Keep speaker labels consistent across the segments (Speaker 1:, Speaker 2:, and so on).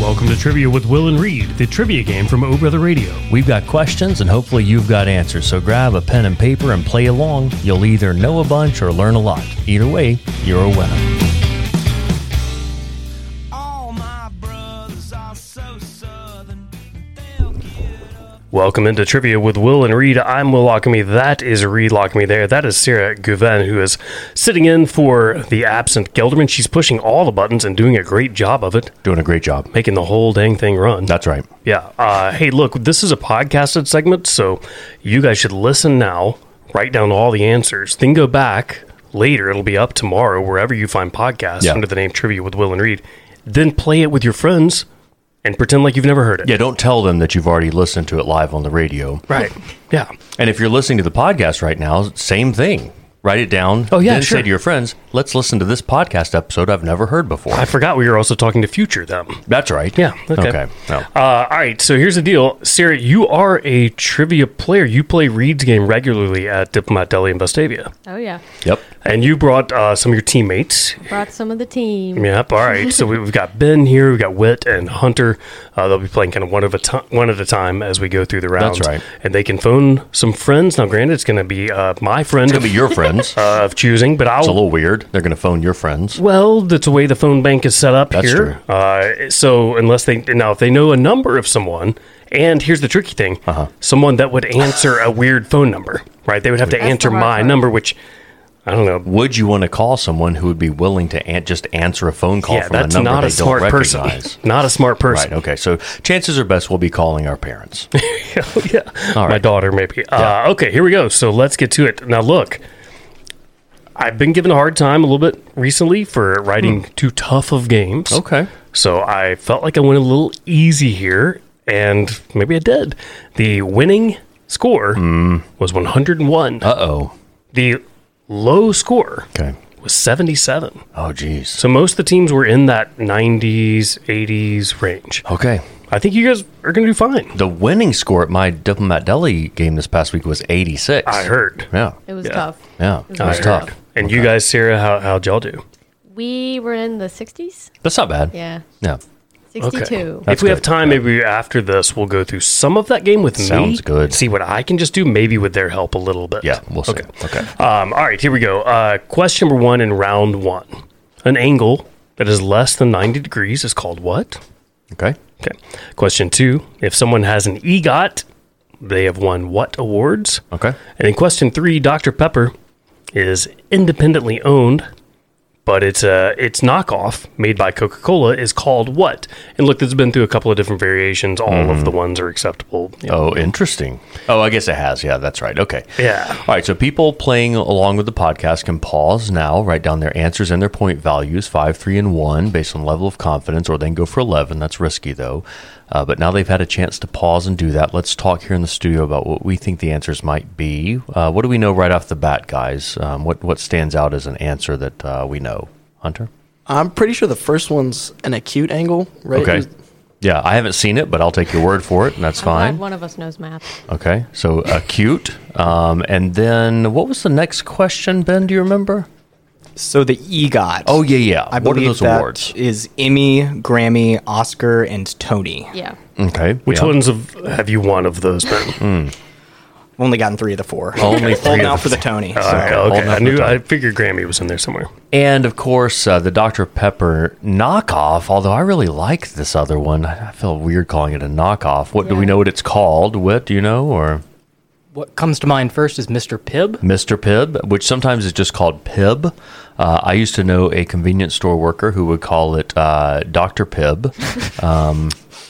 Speaker 1: Welcome to Trivia with Will and Reed, the trivia game from O Brother Radio.
Speaker 2: We've got questions and hopefully you've got answers. So grab a pen and paper and play along. You'll either know a bunch or learn a lot. Either way, you're a winner.
Speaker 3: All my brothers are so southern. They'll get up.
Speaker 1: Welcome into Trivia with Will and Reed. I'm Will Lockamy. That is Reed Lockamy there. That is Sarah Guven, who is sitting in for the absent Gelderman. She's pushing all the buttons and doing a great job of it,
Speaker 4: Doing a great job.
Speaker 1: making the whole dang thing run.
Speaker 4: That's right.
Speaker 1: Yeah. Uh, hey, look, this is a podcasted segment, so you guys should listen now, write down all the answers, then go back later. It'll be up tomorrow wherever you find podcasts
Speaker 4: Yeah.
Speaker 1: under the name Trivia with Will and Reed. Then play it with your friends and pretend like you've never heard it.
Speaker 4: Yeah, don't tell them that you've already listened to it live on the radio.
Speaker 1: Right. Yeah.
Speaker 4: And if you're listening to the podcast right now, same thing. Write it down.
Speaker 1: Oh, yeah,
Speaker 4: Then
Speaker 1: sure.
Speaker 4: say to your friends, let's listen to this podcast episode I've never heard before.
Speaker 1: I forgot we were also talking to future them.
Speaker 4: That's right.
Speaker 1: Yeah. Okay.
Speaker 4: Okay. No.
Speaker 1: Uh, all right. So here's the deal, Sarah. You are a trivia player. You play Reed's game regularly at Diplomat Deli in Vestavia,
Speaker 5: Oh yeah,
Speaker 4: Yep.
Speaker 1: and you brought uh, some of your teammates
Speaker 5: brought some of the team.
Speaker 1: Yep. All right. so we- we've got Ben here. We've got Witt and Hunter. Uh, they'll be playing kind of one of a ti one at a time as we go through the rounds.
Speaker 4: right.
Speaker 1: And they can phone some friends. Now, granted, it's going to be uh, my friend
Speaker 4: It's going to be your friends. It's
Speaker 1: uh, of choosing, but I'll.
Speaker 4: a little weird. They're going to phone your friends.
Speaker 1: well, that's the way the phone bank is set up
Speaker 4: That's
Speaker 1: here. Uh, so unless they now, if they know a number of someone, and here's the tricky thing:
Speaker 4: Uh-huh.
Speaker 1: someone that would answer a weird phone number, right? They would have to answer
Speaker 5: hard
Speaker 1: my
Speaker 5: part.
Speaker 1: number, which I don't know.
Speaker 4: Would you want to call someone who would be willing to an- just answer a phone call
Speaker 1: Yeah,
Speaker 4: from
Speaker 1: that's
Speaker 4: a number
Speaker 1: not
Speaker 4: they
Speaker 1: a smart
Speaker 4: don't
Speaker 1: person.
Speaker 4: recognize?
Speaker 1: Not a smart person.
Speaker 4: Right. Okay. So chances are best we'll be calling our parents.
Speaker 1: yeah. My daughter, maybe. Uh, okay, here we go. So let's get to it. Now, look, I've been given a hard time a little bit recently for writing too tough of games.
Speaker 4: okay.
Speaker 1: So I felt like I went a little easy here, and maybe I did. The winning score was 101.
Speaker 4: Uh oh.
Speaker 1: the low score
Speaker 4: Okay.
Speaker 1: was 77.
Speaker 4: Oh, geez.
Speaker 1: So most of the teams were in that 90s, 80s range.
Speaker 4: Okay.
Speaker 1: I think you guys are going to do fine.
Speaker 4: The winning score at my Diplomat Deli game this past week was 86.
Speaker 1: I heard.
Speaker 4: Yeah.
Speaker 5: It was tough.
Speaker 4: Yeah. That
Speaker 5: I
Speaker 4: was
Speaker 5: heard.
Speaker 4: tough.
Speaker 1: And you guys, Sarah, how, how'd y'all do?
Speaker 5: We were in the 60s.
Speaker 4: That's not bad.
Speaker 5: Yeah,
Speaker 4: Yeah.
Speaker 5: 62.
Speaker 4: That's
Speaker 1: if we have
Speaker 4: good.
Speaker 1: time, maybe after this, we'll go through some of that game with me.
Speaker 4: Sounds good.
Speaker 1: See what I can just do, maybe with their help a little bit.
Speaker 4: Yeah. We'll see.
Speaker 1: Okay.
Speaker 4: Okay.
Speaker 1: Um, all right, here we go. Uh, question number one in round one. An angle that is less than 90 degrees is called what?
Speaker 4: Okay.
Speaker 1: Okay. Question two. If someone has an EGOT, they have won what awards?
Speaker 4: Okay.
Speaker 1: And in question three, Dr. Pepper is independently owned, but it's uh, its knockoff made by Coca Cola is called what? And look, there's been through a couple of different variations. All
Speaker 4: Mm-hmm.
Speaker 1: of the ones are acceptable. Yeah.
Speaker 4: Oh, interesting. Oh, I guess it has. Yeah, that's right. Okay.
Speaker 1: Yeah.
Speaker 4: All right. So people playing along with the podcast can pause now, write down their answers and their point values five, three, and one based on level of confidence, or they can go for 11. That's risky, though. Uh, but now they've had a chance to pause and do that. Let's talk here in the studio about what we think the answers might be. Uh, what do we know right off the bat, guys? Um, what, what stands out as an answer that uh, we know? Hunter?
Speaker 6: I'm pretty sure the first one's an acute angle, right?
Speaker 4: Okay. Yeah, I haven't seen it, but I'll take your word for it, and that's
Speaker 5: I'm glad
Speaker 4: fine.
Speaker 5: one of us knows math.
Speaker 4: Okay, so acute. Um, and then what was the next question, Ben? Do you remember?
Speaker 7: So the EGOT.
Speaker 4: Oh, yeah, yeah.
Speaker 7: I
Speaker 4: what are
Speaker 7: believe
Speaker 4: those
Speaker 7: that
Speaker 4: awards?
Speaker 7: Is Emmy, Grammy, Oscar, and Tony.
Speaker 5: Yeah,
Speaker 4: Okay.
Speaker 1: Which
Speaker 4: yeah. Mm-hmm.
Speaker 1: ones have, have you won of those? Ben?
Speaker 7: I've only gotten three of the four.
Speaker 4: Only three.
Speaker 7: Holding
Speaker 4: of
Speaker 7: out
Speaker 4: the-
Speaker 7: for the Tony.
Speaker 1: Uh,
Speaker 7: Sorry.
Speaker 4: all
Speaker 1: okay. I
Speaker 4: knocked
Speaker 1: knew.
Speaker 4: out.
Speaker 1: I figured Grammy was in there somewhere.
Speaker 4: and of course, uh, the Dr. Pepper knockoff, although I really like this other one. I I feel weird calling it a knockoff. What do we
Speaker 5: Yeah.
Speaker 4: know what it's called? Whit, do you know? Or
Speaker 8: What comes to mind first is Mr. Pibb.
Speaker 4: Mr. Pibb, which sometimes is just called Pibb. Uh, I used to know a convenience store worker who would call it uh, Dr. Pibb.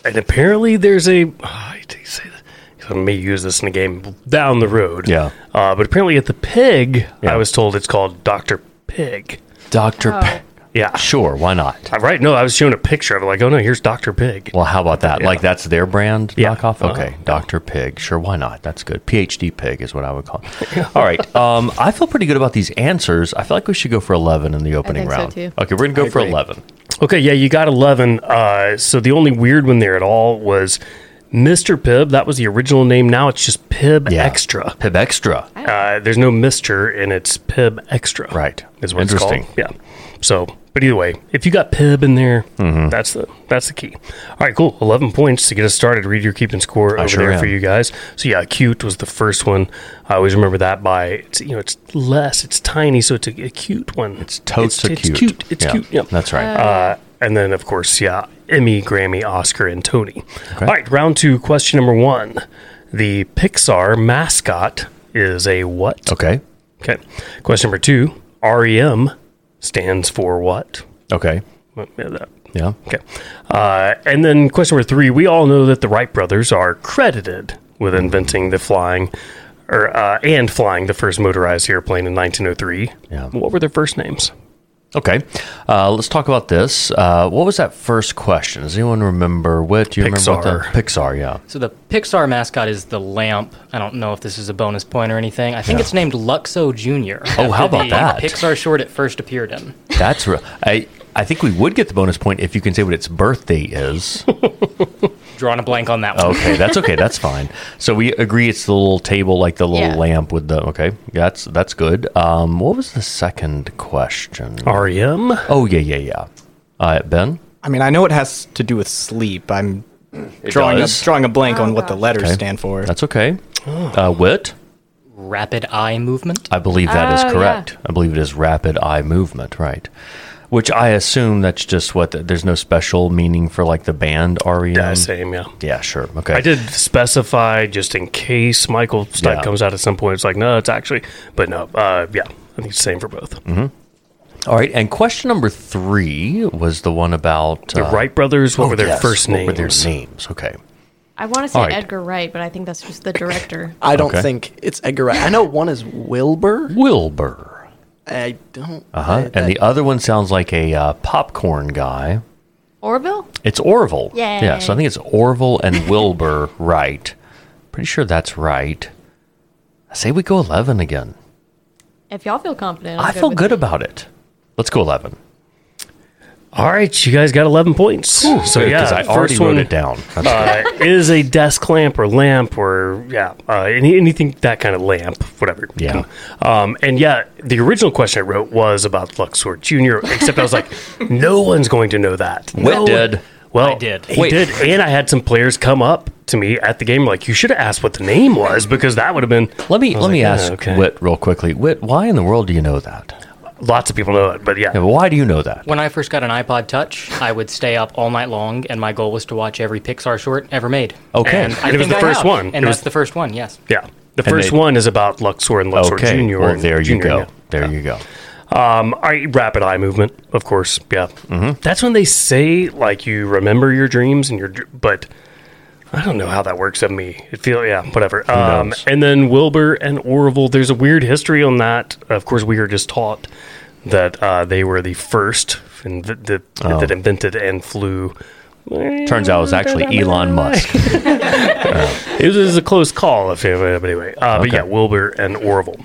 Speaker 1: And apparently, there's a. oh, I hate to say that 'cause I may use this in a game down the road.
Speaker 4: Yeah.
Speaker 1: Uh, but apparently, at the pig,
Speaker 4: Yeah.
Speaker 1: I was told it's called Doctor Pig.
Speaker 4: Dr. Pe-
Speaker 1: Yeah.
Speaker 4: Sure, why not?
Speaker 1: Uh, Right. No, I was showing a picture of it. Like, oh no, here's Doctor Pig.
Speaker 4: Well, how about that?
Speaker 1: Yeah.
Speaker 4: Like that's their brand
Speaker 1: Yeah.
Speaker 4: knockoff.
Speaker 1: Uh-huh.
Speaker 4: Okay, Doctor Pig. Sure, why not? That's good. PhD Pig is what I would call. It. All right. Um, I feel pretty good about these answers. I feel like we should go for eleven in the opening
Speaker 5: think so,
Speaker 4: round.
Speaker 5: too.
Speaker 4: Okay, we're gonna go for
Speaker 7: agree.
Speaker 4: eleven.
Speaker 1: Okay, yeah, you got 11. Uh, so the only weird one there at all was Mr. Pibb. That was the original name. Now it's just Pib
Speaker 4: Yeah.
Speaker 1: Extra.
Speaker 4: Pib Extra.
Speaker 1: Uh, there's no Mr. and it's Pib Extra.
Speaker 4: Right.
Speaker 1: Is what
Speaker 4: Interesting.
Speaker 1: it's called. Yeah. So But either way, if you got Pib in there,
Speaker 4: Mm-hmm.
Speaker 1: that's the that's the key. All right, cool. Eleven points to get us started. Read your keeping score over
Speaker 4: sure
Speaker 1: there for
Speaker 4: am.
Speaker 1: you guys. So yeah, cute was the first one. I always remember that by it's you know it's less, it's tiny, so it's a, a cute one. It's
Speaker 4: Totes are
Speaker 1: it's,
Speaker 4: cute.
Speaker 1: cute. It's
Speaker 4: Yeah,
Speaker 1: cute. Yep.
Speaker 4: That's right.
Speaker 1: Uh, and then, of course, yeah, Emmy, Grammy, Oscar, and Tony.
Speaker 4: Okay.
Speaker 1: All right, round two, question number one. The Pixar mascot is a what?
Speaker 4: okay.
Speaker 1: Okay. Question number two REM stands for what?
Speaker 4: Okay.
Speaker 1: Well, yeah, that-
Speaker 4: Yeah.
Speaker 1: Okay. Uh, and then question number three we all know that the Wright brothers are credited with inventing the flying. Or, uh, and flying the first motorized airplane in 1903.
Speaker 4: Yeah.
Speaker 1: What were their first names?
Speaker 4: Okay. Uh, let's talk about this. Uh, what was that first question? Does anyone remember what? Do you remember
Speaker 1: Pixar.
Speaker 4: what the Pixar? Yeah.
Speaker 8: So the Pixar mascot is the lamp. I don't know if this is a bonus point or anything. I think it's named Luxo Jr.
Speaker 4: Oh, how
Speaker 8: after
Speaker 4: about
Speaker 8: the
Speaker 4: that?
Speaker 8: Pixar short it first appeared in.
Speaker 4: That's re- I. I think we would get the bonus point if you can say what its birthday is.
Speaker 8: Drawing a blank on that one.
Speaker 4: Okay, that's okay. That's fine. So we agree it's the little table, like the little
Speaker 5: Yeah.
Speaker 4: lamp with the. Okay, that's that's good. Um, what was the second question?
Speaker 1: REM?
Speaker 4: Oh yeah, yeah, yeah. Uh, ben.
Speaker 7: I mean, I know it has to do with sleep. I'm drawing a,
Speaker 4: does.
Speaker 7: drawing a blank on
Speaker 8: Oh,
Speaker 7: what the letters
Speaker 4: Okay.
Speaker 7: stand for.
Speaker 4: That's okay. Uh, wit.
Speaker 8: Rapid eye movement.
Speaker 4: I believe that is
Speaker 5: Oh, yeah.
Speaker 4: correct. I believe it is rapid eye movement, right? Which I assume that's just what. The, there's no special meaning for like the band REM.
Speaker 1: Yeah, same, yeah.
Speaker 4: Yeah, sure. Okay.
Speaker 1: I did specify just in case Michael Stuck
Speaker 4: Yeah.
Speaker 1: comes out at some point. It's like, no, it's actually, but no, uh, yeah, I think it's the same for both.
Speaker 4: All right. And question number three was the one about uh,
Speaker 1: The Wright brothers, what were their first names?
Speaker 4: oh, What were their names? Okay.
Speaker 5: I want to say
Speaker 4: Alright.
Speaker 5: Edgar Wright, but I think that's just the director.
Speaker 6: I don't
Speaker 4: Okay.
Speaker 6: think it's Edgar Wright. I know one is Wilbur.
Speaker 4: Wilbur.
Speaker 6: I don't.
Speaker 4: Uh huh. And the other one sounds like a uh, popcorn guy.
Speaker 5: Orville?
Speaker 4: It's Orville.
Speaker 5: Yay.
Speaker 4: Yeah. So I think it's Orville and Wilbur Wright. Pretty sure that's right. I say we go 11 again.
Speaker 5: If y'all feel confident, I'm
Speaker 4: I feel
Speaker 5: with
Speaker 4: good
Speaker 5: it.
Speaker 4: about it. Let's go 11.
Speaker 1: All right, you guys got 11 points. so,
Speaker 4: Good,
Speaker 1: yeah,
Speaker 4: I
Speaker 1: first
Speaker 4: already
Speaker 1: one,
Speaker 4: wrote it down. That's
Speaker 1: uh, is a desk lamp or lamp or, yeah, uh, any, anything, that kind of lamp, whatever.
Speaker 4: Yeah.
Speaker 1: Um, and yeah, the original question I wrote was about Luxor Jr., except I was like, no one's going to know that.
Speaker 4: Whit did.
Speaker 1: Well,
Speaker 8: I did.
Speaker 1: He
Speaker 4: Wait.
Speaker 1: did, and I had some players come up to me at the game like, "You should have asked what the name was because that would have been."
Speaker 4: let me
Speaker 1: I
Speaker 4: let
Speaker 1: was
Speaker 4: me
Speaker 1: like,
Speaker 4: ask
Speaker 1: "Oh, okay."
Speaker 4: Whit real quickly. Whit, why in the world do you know that?
Speaker 1: Lots of people know it, but yeah,
Speaker 4: Yeah, but why do you know that?
Speaker 8: When I first got an iPod Touch, I would stay up all night long, and my goal was to watch every Pixar short ever made.
Speaker 4: Okay.
Speaker 8: and, I
Speaker 1: And it was
Speaker 8: think
Speaker 1: the
Speaker 8: I
Speaker 1: first
Speaker 8: have.
Speaker 1: one.
Speaker 8: and
Speaker 1: It
Speaker 8: that's
Speaker 1: was-
Speaker 8: the first one. Yes,
Speaker 1: yeah. The first
Speaker 4: they-
Speaker 1: one is about Luxor and Luxor
Speaker 4: okay.
Speaker 1: Junior.
Speaker 4: well,
Speaker 1: and
Speaker 4: there you
Speaker 1: Junior,
Speaker 4: go.
Speaker 1: yeah.
Speaker 4: There you go.
Speaker 1: Um, all right, rapid eye movement, of course. Yeah, that's when they say like you remember your dreams and your, dr- but I don't know how that works of me. It feel yeah, whatever. Um,
Speaker 4: knows?
Speaker 1: and then Wilbur and Orville. There's a weird history on that. Of course, we are just taught that uh, they were the first and th- the, that invented and flew. eh,
Speaker 4: Turns out it was actually Elon Musk.
Speaker 1: It was, it was a close call, if anyway. But anyway, uh, but
Speaker 4: Okay.
Speaker 1: yeah, Wilbur and Orville.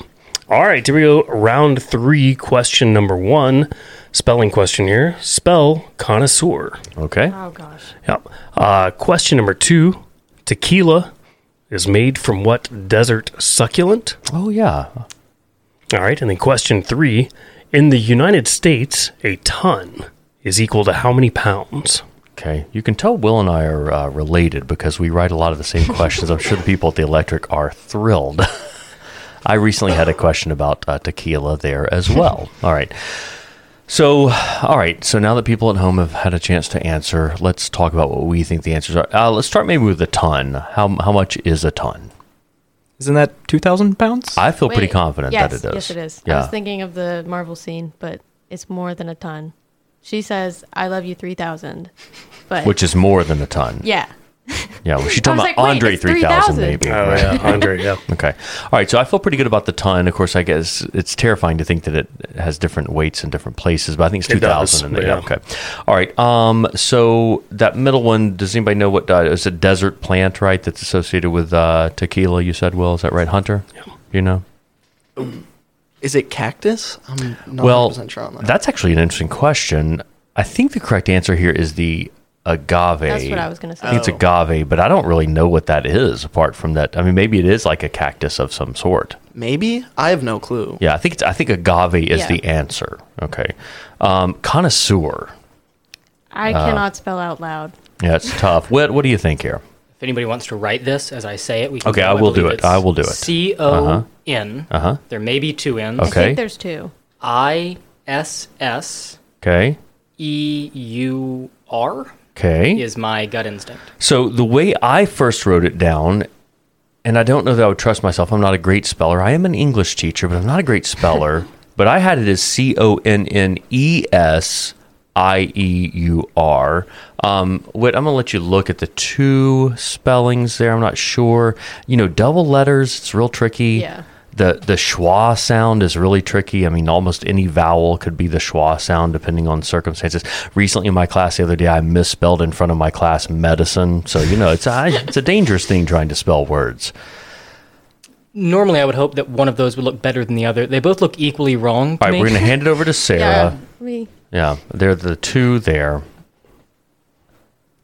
Speaker 1: All right, here we go. Round three, question number one, spelling question here. Spell connoisseur.
Speaker 4: Okay.
Speaker 5: Oh, gosh.
Speaker 1: Yep. Uh, question number two, tequila is made from what desert succulent?
Speaker 4: Oh yeah.
Speaker 1: All right, and then question three, in the United States, a ton is equal to how many pounds?
Speaker 4: Okay. You can tell Will and I are uh, related because we write a lot of the same questions. I'm sure the people at the Electric are thrilled. I recently had a question about uh, tequila there as well. All right. So, all right. So now that people at home have had a chance to answer, let's talk about what we think the answers are. Uh, let's start maybe with a ton. How how much is a ton?
Speaker 7: Isn't that 2,000 pounds?
Speaker 4: I feel pretty
Speaker 5: Wait,
Speaker 4: confident
Speaker 5: yes,
Speaker 4: that it is.
Speaker 5: Yes, it is. I
Speaker 4: Yeah.
Speaker 5: was thinking of the Marvel scene, but it's more than a ton. She says, I love you 3,000. But,
Speaker 4: Which is more than a ton.
Speaker 5: yeah.
Speaker 4: Yeah, well, she's
Speaker 5: I
Speaker 4: talking
Speaker 5: was like,
Speaker 4: about
Speaker 5: wait,
Speaker 4: Andre
Speaker 5: it's
Speaker 4: 3000,
Speaker 5: 3,000.
Speaker 4: maybe.
Speaker 1: Oh,
Speaker 4: right?
Speaker 1: yeah, Andre, yeah.
Speaker 4: Okay. All right, so I feel pretty good about the ton. Of course, I guess it's terrifying to think that it has different weights in different places, but I think it's
Speaker 1: It does,
Speaker 4: 2000. and
Speaker 1: but
Speaker 4: yeah,
Speaker 1: yeah.
Speaker 4: Okay. All right. Um, so that middle one, does anybody know what uh, it's a desert plant, right? That's associated with uh, tequila, you said, Will. Is that right, Hunter? You know?
Speaker 6: Is it cactus? I'm not
Speaker 4: well,
Speaker 6: 100% sure on that.
Speaker 4: that's actually an interesting question. I think the correct answer here is the agave.
Speaker 5: That's what I was gonna say.
Speaker 4: I think
Speaker 1: Oh.
Speaker 4: it's agave, but I don't really know what that is apart from that. I mean, maybe it is like a cactus of some sort.
Speaker 6: Maybe? I have no clue.
Speaker 4: Yeah, I think it's, I think agave is
Speaker 5: Yeah.
Speaker 4: the answer. Okay, um, connoisseur.
Speaker 5: I
Speaker 4: uh,
Speaker 5: cannot spell out loud.
Speaker 4: Yeah, it's tough. What What do you think here?
Speaker 8: If anybody wants to write this as I say it, we can.
Speaker 4: Okay,
Speaker 8: go.
Speaker 4: I will do
Speaker 8: believe
Speaker 4: it.
Speaker 8: it's
Speaker 4: I will do it. Uh-huh.
Speaker 8: C O N. Uh huh. There may be two N's.
Speaker 5: I
Speaker 4: Okay.
Speaker 5: think there's two.
Speaker 8: I S S
Speaker 4: Okay,
Speaker 8: E U R
Speaker 4: okay.
Speaker 8: is my gut instinct.
Speaker 4: So the way I first wrote it down, and I don't know that I would trust myself. I'm not a great speller. I am an English teacher, but I'm not a great speller. but I had it as C O N N E S I E U R. Um, Whit, I'm gonna let you look at the two spellings there. I'm not sure. You know, double letters. It's real tricky.
Speaker 5: Yeah.
Speaker 4: The the schwa sound is really tricky. I mean, almost any vowel could be the schwa sound depending on circumstances. Recently, in my class the other day, I misspelled in front of my class medicine. So you know, it's a it's a dangerous thing trying to spell words.
Speaker 8: Normally, I would hope that one of those would look better than the other. They both look equally wrong. To
Speaker 4: All right,
Speaker 8: me.
Speaker 4: we're gonna hand it over to
Speaker 5: Yeah.
Speaker 4: Sarah.
Speaker 5: Me.
Speaker 4: Yeah, they're the two there.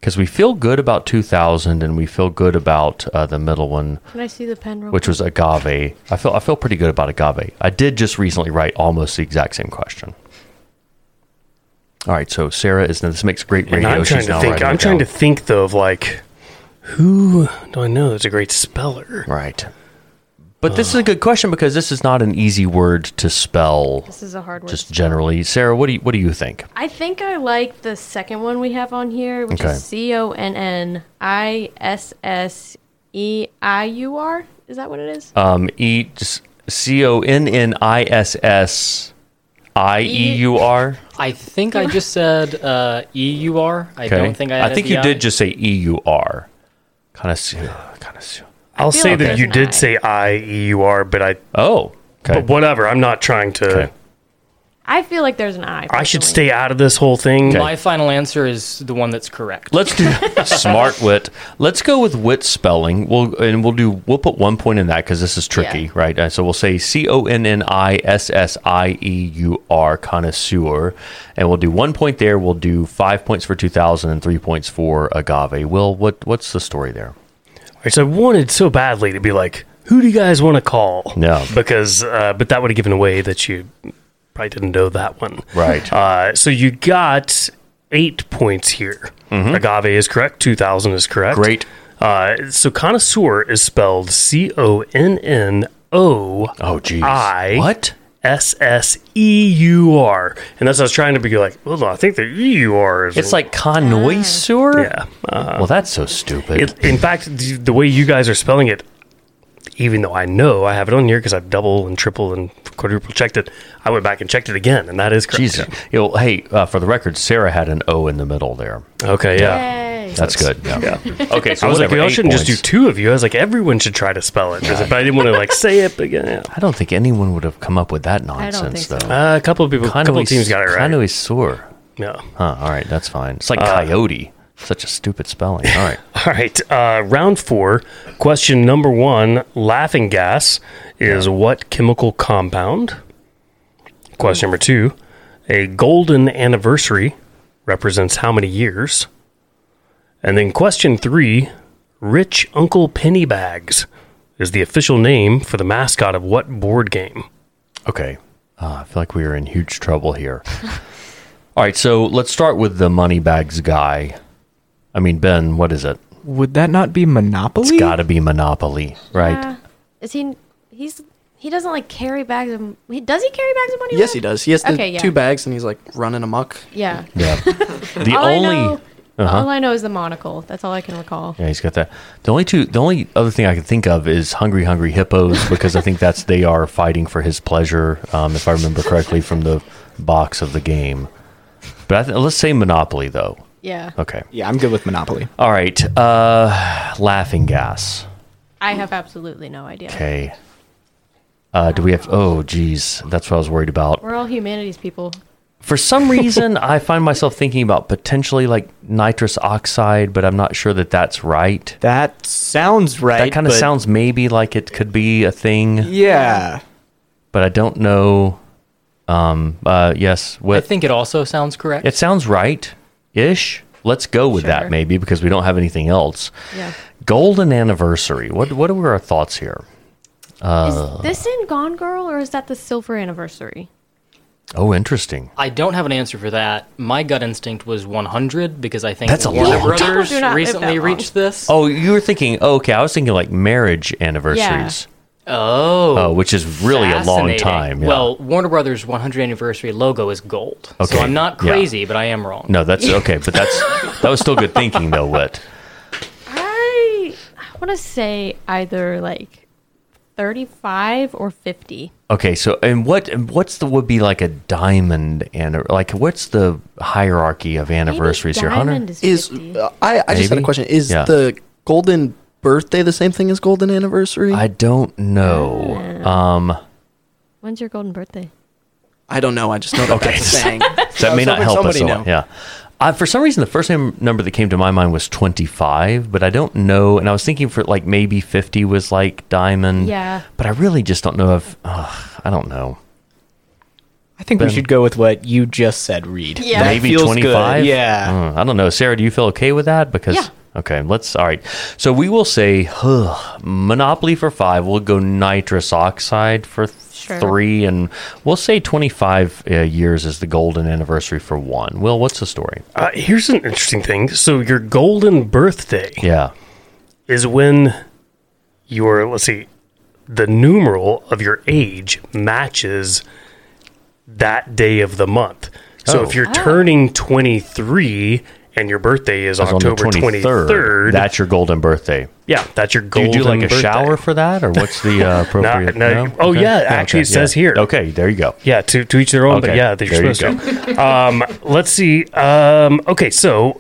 Speaker 4: Because we feel good about 2000, and we feel good about uh, the middle one.
Speaker 5: Can I see the pen real
Speaker 4: which
Speaker 5: quick?
Speaker 4: was agave. I feel I feel pretty good about agave. I did just recently write almost the exact same question. All right, so Sarah is this makes great
Speaker 1: And
Speaker 4: radio.
Speaker 1: I'm trying
Speaker 4: She's
Speaker 1: to
Speaker 4: now
Speaker 1: think.
Speaker 4: writing
Speaker 1: I'm
Speaker 4: it
Speaker 1: trying to
Speaker 4: down.
Speaker 1: think though of like who do I know that's a great speller?
Speaker 4: right. But this is a good question because this is not an easy word to spell.
Speaker 5: This is a hard word.
Speaker 4: Just generally, Sarah, what do you, what do you think?
Speaker 5: I think I like the second one we have on here, which
Speaker 4: Okay.
Speaker 5: is C O N N I S S E I U R. Is that what it is?
Speaker 4: Um, e C O N N I S S I E U R.
Speaker 8: I think I just said uh, E U R. I don't think I.
Speaker 4: I
Speaker 8: added
Speaker 4: think
Speaker 8: the
Speaker 4: you
Speaker 8: I.
Speaker 4: did just say E U R. Kind of, kind of.
Speaker 1: I'll
Speaker 5: feel
Speaker 1: say
Speaker 5: like
Speaker 1: that
Speaker 5: there's
Speaker 1: you
Speaker 5: an I.
Speaker 1: did say I E U R, but I
Speaker 4: Oh, okay.
Speaker 1: but whatever. I'm not trying to.
Speaker 4: Okay.
Speaker 5: I feel like there's an I.
Speaker 1: I should
Speaker 5: personally.
Speaker 1: stay out of this whole thing.
Speaker 8: My final answer is the one that's correct.
Speaker 4: Let's do smart wit. Let's go with wit spelling. We'll and we'll do. We'll put one point in that because this is tricky,
Speaker 5: Yeah.
Speaker 4: right? Uh, so we'll say C O N N I S S I E U R connoisseur, and we'll do one point there. We'll do five points for two thousand and three points for agave. Will, what what's the story there?
Speaker 1: All right, so I wanted so badly to be like, who do you guys want to call?
Speaker 4: Yeah.
Speaker 1: Because, uh, but that would have given away that you probably didn't know that one.
Speaker 4: Right.
Speaker 1: Uh, so you got eight points here. Agave is correct. 2000 is correct.
Speaker 4: Mm-hmm. Great.
Speaker 1: Uh, so connoisseur is spelled C O N N O
Speaker 4: Oh, geez.
Speaker 1: I-
Speaker 4: what?
Speaker 1: S S E U R. And that's what I was trying to be like, hold on, I think the E U R is.
Speaker 4: It's like connoisseur.
Speaker 1: yeah.
Speaker 4: well, that's so stupid.
Speaker 1: It, in fact, the, the way you guys are spelling it, even though I know I have it on here because I've double and triple and quadruple checked it, I went back and checked it again, and that is correct.
Speaker 4: Jesus. You know, hey, uh, for the record, Sarah had an O in the middle there.
Speaker 1: Okay, yeah.
Speaker 5: Yay.
Speaker 4: That's, good. Yeah. Okay. So
Speaker 1: I was like,
Speaker 4: whatever,
Speaker 1: we all
Speaker 4: eight
Speaker 1: shouldn't
Speaker 4: points.
Speaker 1: just do two of you. I was like, everyone should try to spell it, 'cause if I didn't want to like say it, but yeah.
Speaker 4: I don't think anyone would have come up with that
Speaker 5: don't
Speaker 4: nonsense,
Speaker 5: think so.
Speaker 4: though.
Speaker 1: Uh, a couple of people, a couple
Speaker 4: Conway-
Speaker 1: of teams got it right. Uh,
Speaker 4: Conway sore.
Speaker 1: yeah.
Speaker 4: Huh, all right, that's fine. It's like coyote. Such a stupid spelling. All right.
Speaker 1: All right, uh, round four. Question number one: Laughing gas is what chemical compound? Question number two: A golden anniversary represents how many years? And then question three: Rich Uncle Pennybags is the official name for the mascot of what board game?
Speaker 4: Okay. Uh, I feel like we are in huge trouble here. all right, so let's start with the money bags guy. I mean, Ben, what is it?
Speaker 7: Would that not be Monopoly?
Speaker 4: It's got to be Monopoly, right?
Speaker 5: Yeah. Is he? He's. He doesn't like carry bags of. He does he carry bags of money?
Speaker 6: Yes,
Speaker 5: around?
Speaker 6: he does. He has the
Speaker 5: Okay, yeah.
Speaker 6: two bags and he's like running amok.
Speaker 5: Yeah.
Speaker 4: Yeah. The
Speaker 5: all
Speaker 4: only uh-huh.
Speaker 5: I know, all I know is the monocle. That's all I can recall.
Speaker 4: Yeah, he's got that. The only two, the only other thing I can think of is Hungry Hungry Hippos because I think that's they are fighting for his pleasure, um, if I remember correctly from the box of the game. But I th- let's say Monopoly though.
Speaker 5: Yeah.
Speaker 4: Okay.
Speaker 7: Yeah, I'm good with Monopoly.
Speaker 4: All right. Uh, laughing gas.
Speaker 5: I have absolutely no idea.
Speaker 4: Okay. Uh, do we have? Oh, geez, that's what I was worried about.
Speaker 5: We're all humanities people.
Speaker 4: For some reason, I find myself thinking about potentially like nitrous oxide, but I'm not sure that that's right.
Speaker 7: That sounds right.
Speaker 4: That kind of
Speaker 7: but-
Speaker 4: sounds maybe like it could be a thing.
Speaker 7: Yeah.
Speaker 4: but I don't know. Um. Uh. Yes.
Speaker 8: I
Speaker 4: What?
Speaker 8: think it also sounds correct.
Speaker 4: it sounds right, ish. Let's go with that
Speaker 5: Sure.
Speaker 4: maybe because we don't have anything else.
Speaker 5: Yeah.
Speaker 4: Golden anniversary. What? What are our thoughts here? Uh.
Speaker 5: is this in Gone Girl or is that the silver anniversary?
Speaker 4: Oh, interesting.
Speaker 8: I don't have an answer for that. My gut instinct was 100 because I think
Speaker 4: That's a
Speaker 8: Warner
Speaker 4: lot.
Speaker 8: Brothers
Speaker 5: People do not live
Speaker 8: recently
Speaker 5: that long.
Speaker 8: reached this.
Speaker 4: Oh, you were thinking. Oh, okay, I was thinking like marriage anniversaries.
Speaker 8: Oh,
Speaker 4: Oh, which is really a long
Speaker 8: fascinating.
Speaker 4: time. yeah.
Speaker 8: Well, Warner Brothers 100 anniversary logo is gold.
Speaker 4: Okay,
Speaker 8: So I'm not
Speaker 4: yeah.
Speaker 8: crazy, but I am wrong.
Speaker 4: no, that's okay, but that's that was still good thinking though. What?
Speaker 5: I I want to say either like 35 or 50.
Speaker 4: Okay, so and what and what's the would be like a diamond and like what's the hierarchy of
Speaker 5: Maybe
Speaker 4: anniversaries here, Hunter?
Speaker 5: Diamond is
Speaker 6: Is
Speaker 5: 50.
Speaker 6: uh, I? I just had a
Speaker 4: Maybe?
Speaker 6: question. Is
Speaker 4: Yeah.
Speaker 6: the golden birthday the same thing as golden anniversary?
Speaker 4: I
Speaker 6: I,
Speaker 4: don't know.
Speaker 5: Ah.
Speaker 4: Um,
Speaker 5: When's your golden birthday?
Speaker 6: don't know. I just know that okay. that's a saying.
Speaker 4: so that may not help us.
Speaker 6: Somebody
Speaker 4: a
Speaker 6: know.
Speaker 4: lot, Yeah. Uh, for some reason, the first name, number that came to my mind was twenty-five, but I don't know. And I was thinking for like maybe fifty was like diamond.
Speaker 5: Yeah.
Speaker 4: But I really just don't know if ugh, I don't know.
Speaker 7: I think we should go with what you just said, Reed.
Speaker 5: Yeah.
Speaker 7: That
Speaker 4: maybe
Speaker 7: feels
Speaker 4: 25
Speaker 7: Good. Yeah.
Speaker 4: Mm, i don't know sarah do you feel okay with that because
Speaker 5: Yeah.
Speaker 4: okay let's all right so we will say huh, monopoly for five we'll go nitrous oxide for th-
Speaker 5: Sure.
Speaker 4: three and we'll say 25 uh, years is the golden anniversary for one will what's the story
Speaker 1: Uh, here's an interesting thing. So your golden birthday
Speaker 4: yeah
Speaker 1: is when your let's see, the numeral of your age matches that day of the month. So
Speaker 4: Oh.
Speaker 1: if you're turning 23 and your birthday is
Speaker 4: It's on the
Speaker 1: October 23rd,
Speaker 4: that's your golden birthday
Speaker 1: yeah, that's your
Speaker 4: do you
Speaker 1: golden.
Speaker 4: do like a
Speaker 1: birthday.
Speaker 4: shower for that or what's the uh, appropriate
Speaker 1: no. Oh, yeah, actually, it says here.
Speaker 4: okay there you go
Speaker 1: Yeah, to, to each their own. But
Speaker 4: Okay,
Speaker 1: yeah, that you're
Speaker 4: there you
Speaker 1: supposed to. um, let's see. Um, okay, so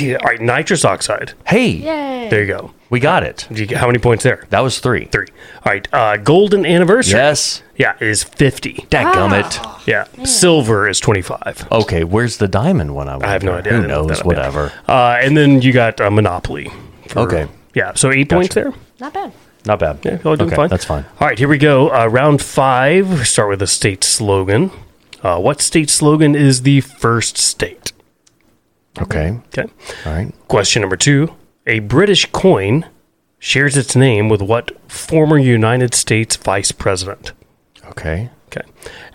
Speaker 1: all right, nitrous oxide.
Speaker 4: hey
Speaker 5: Yay.
Speaker 1: There you go.
Speaker 4: we got it
Speaker 1: Do you get- How many points there?
Speaker 4: that was three
Speaker 1: Three. All right. Uh, golden anniversary.
Speaker 4: yes
Speaker 1: Yeah, is fifty.
Speaker 4: Dadgummit. it.
Speaker 1: Yeah. Silver is twenty five.
Speaker 4: Okay, where's the diamond one? I,
Speaker 1: I have no
Speaker 4: wonder?
Speaker 1: idea. I
Speaker 4: Who
Speaker 1: didn't look
Speaker 4: knows?
Speaker 1: that up yet.
Speaker 4: Whatever.
Speaker 1: Uh, and then you got uh, Monopoly. for-
Speaker 4: Okay.
Speaker 1: Yeah. So eight points there.
Speaker 5: Not bad.
Speaker 4: Not bad.
Speaker 1: Yeah, y'all doing
Speaker 4: okay,
Speaker 1: fine.
Speaker 4: That's fine.
Speaker 1: All right, here we go. Uh, round five. We start with a state slogan. Uh, what state slogan is the first state?
Speaker 4: Okay.
Speaker 1: Okay.
Speaker 4: All right.
Speaker 1: Question number two. A British coin shares its name with what former United States vice president?
Speaker 4: Okay.
Speaker 1: Okay.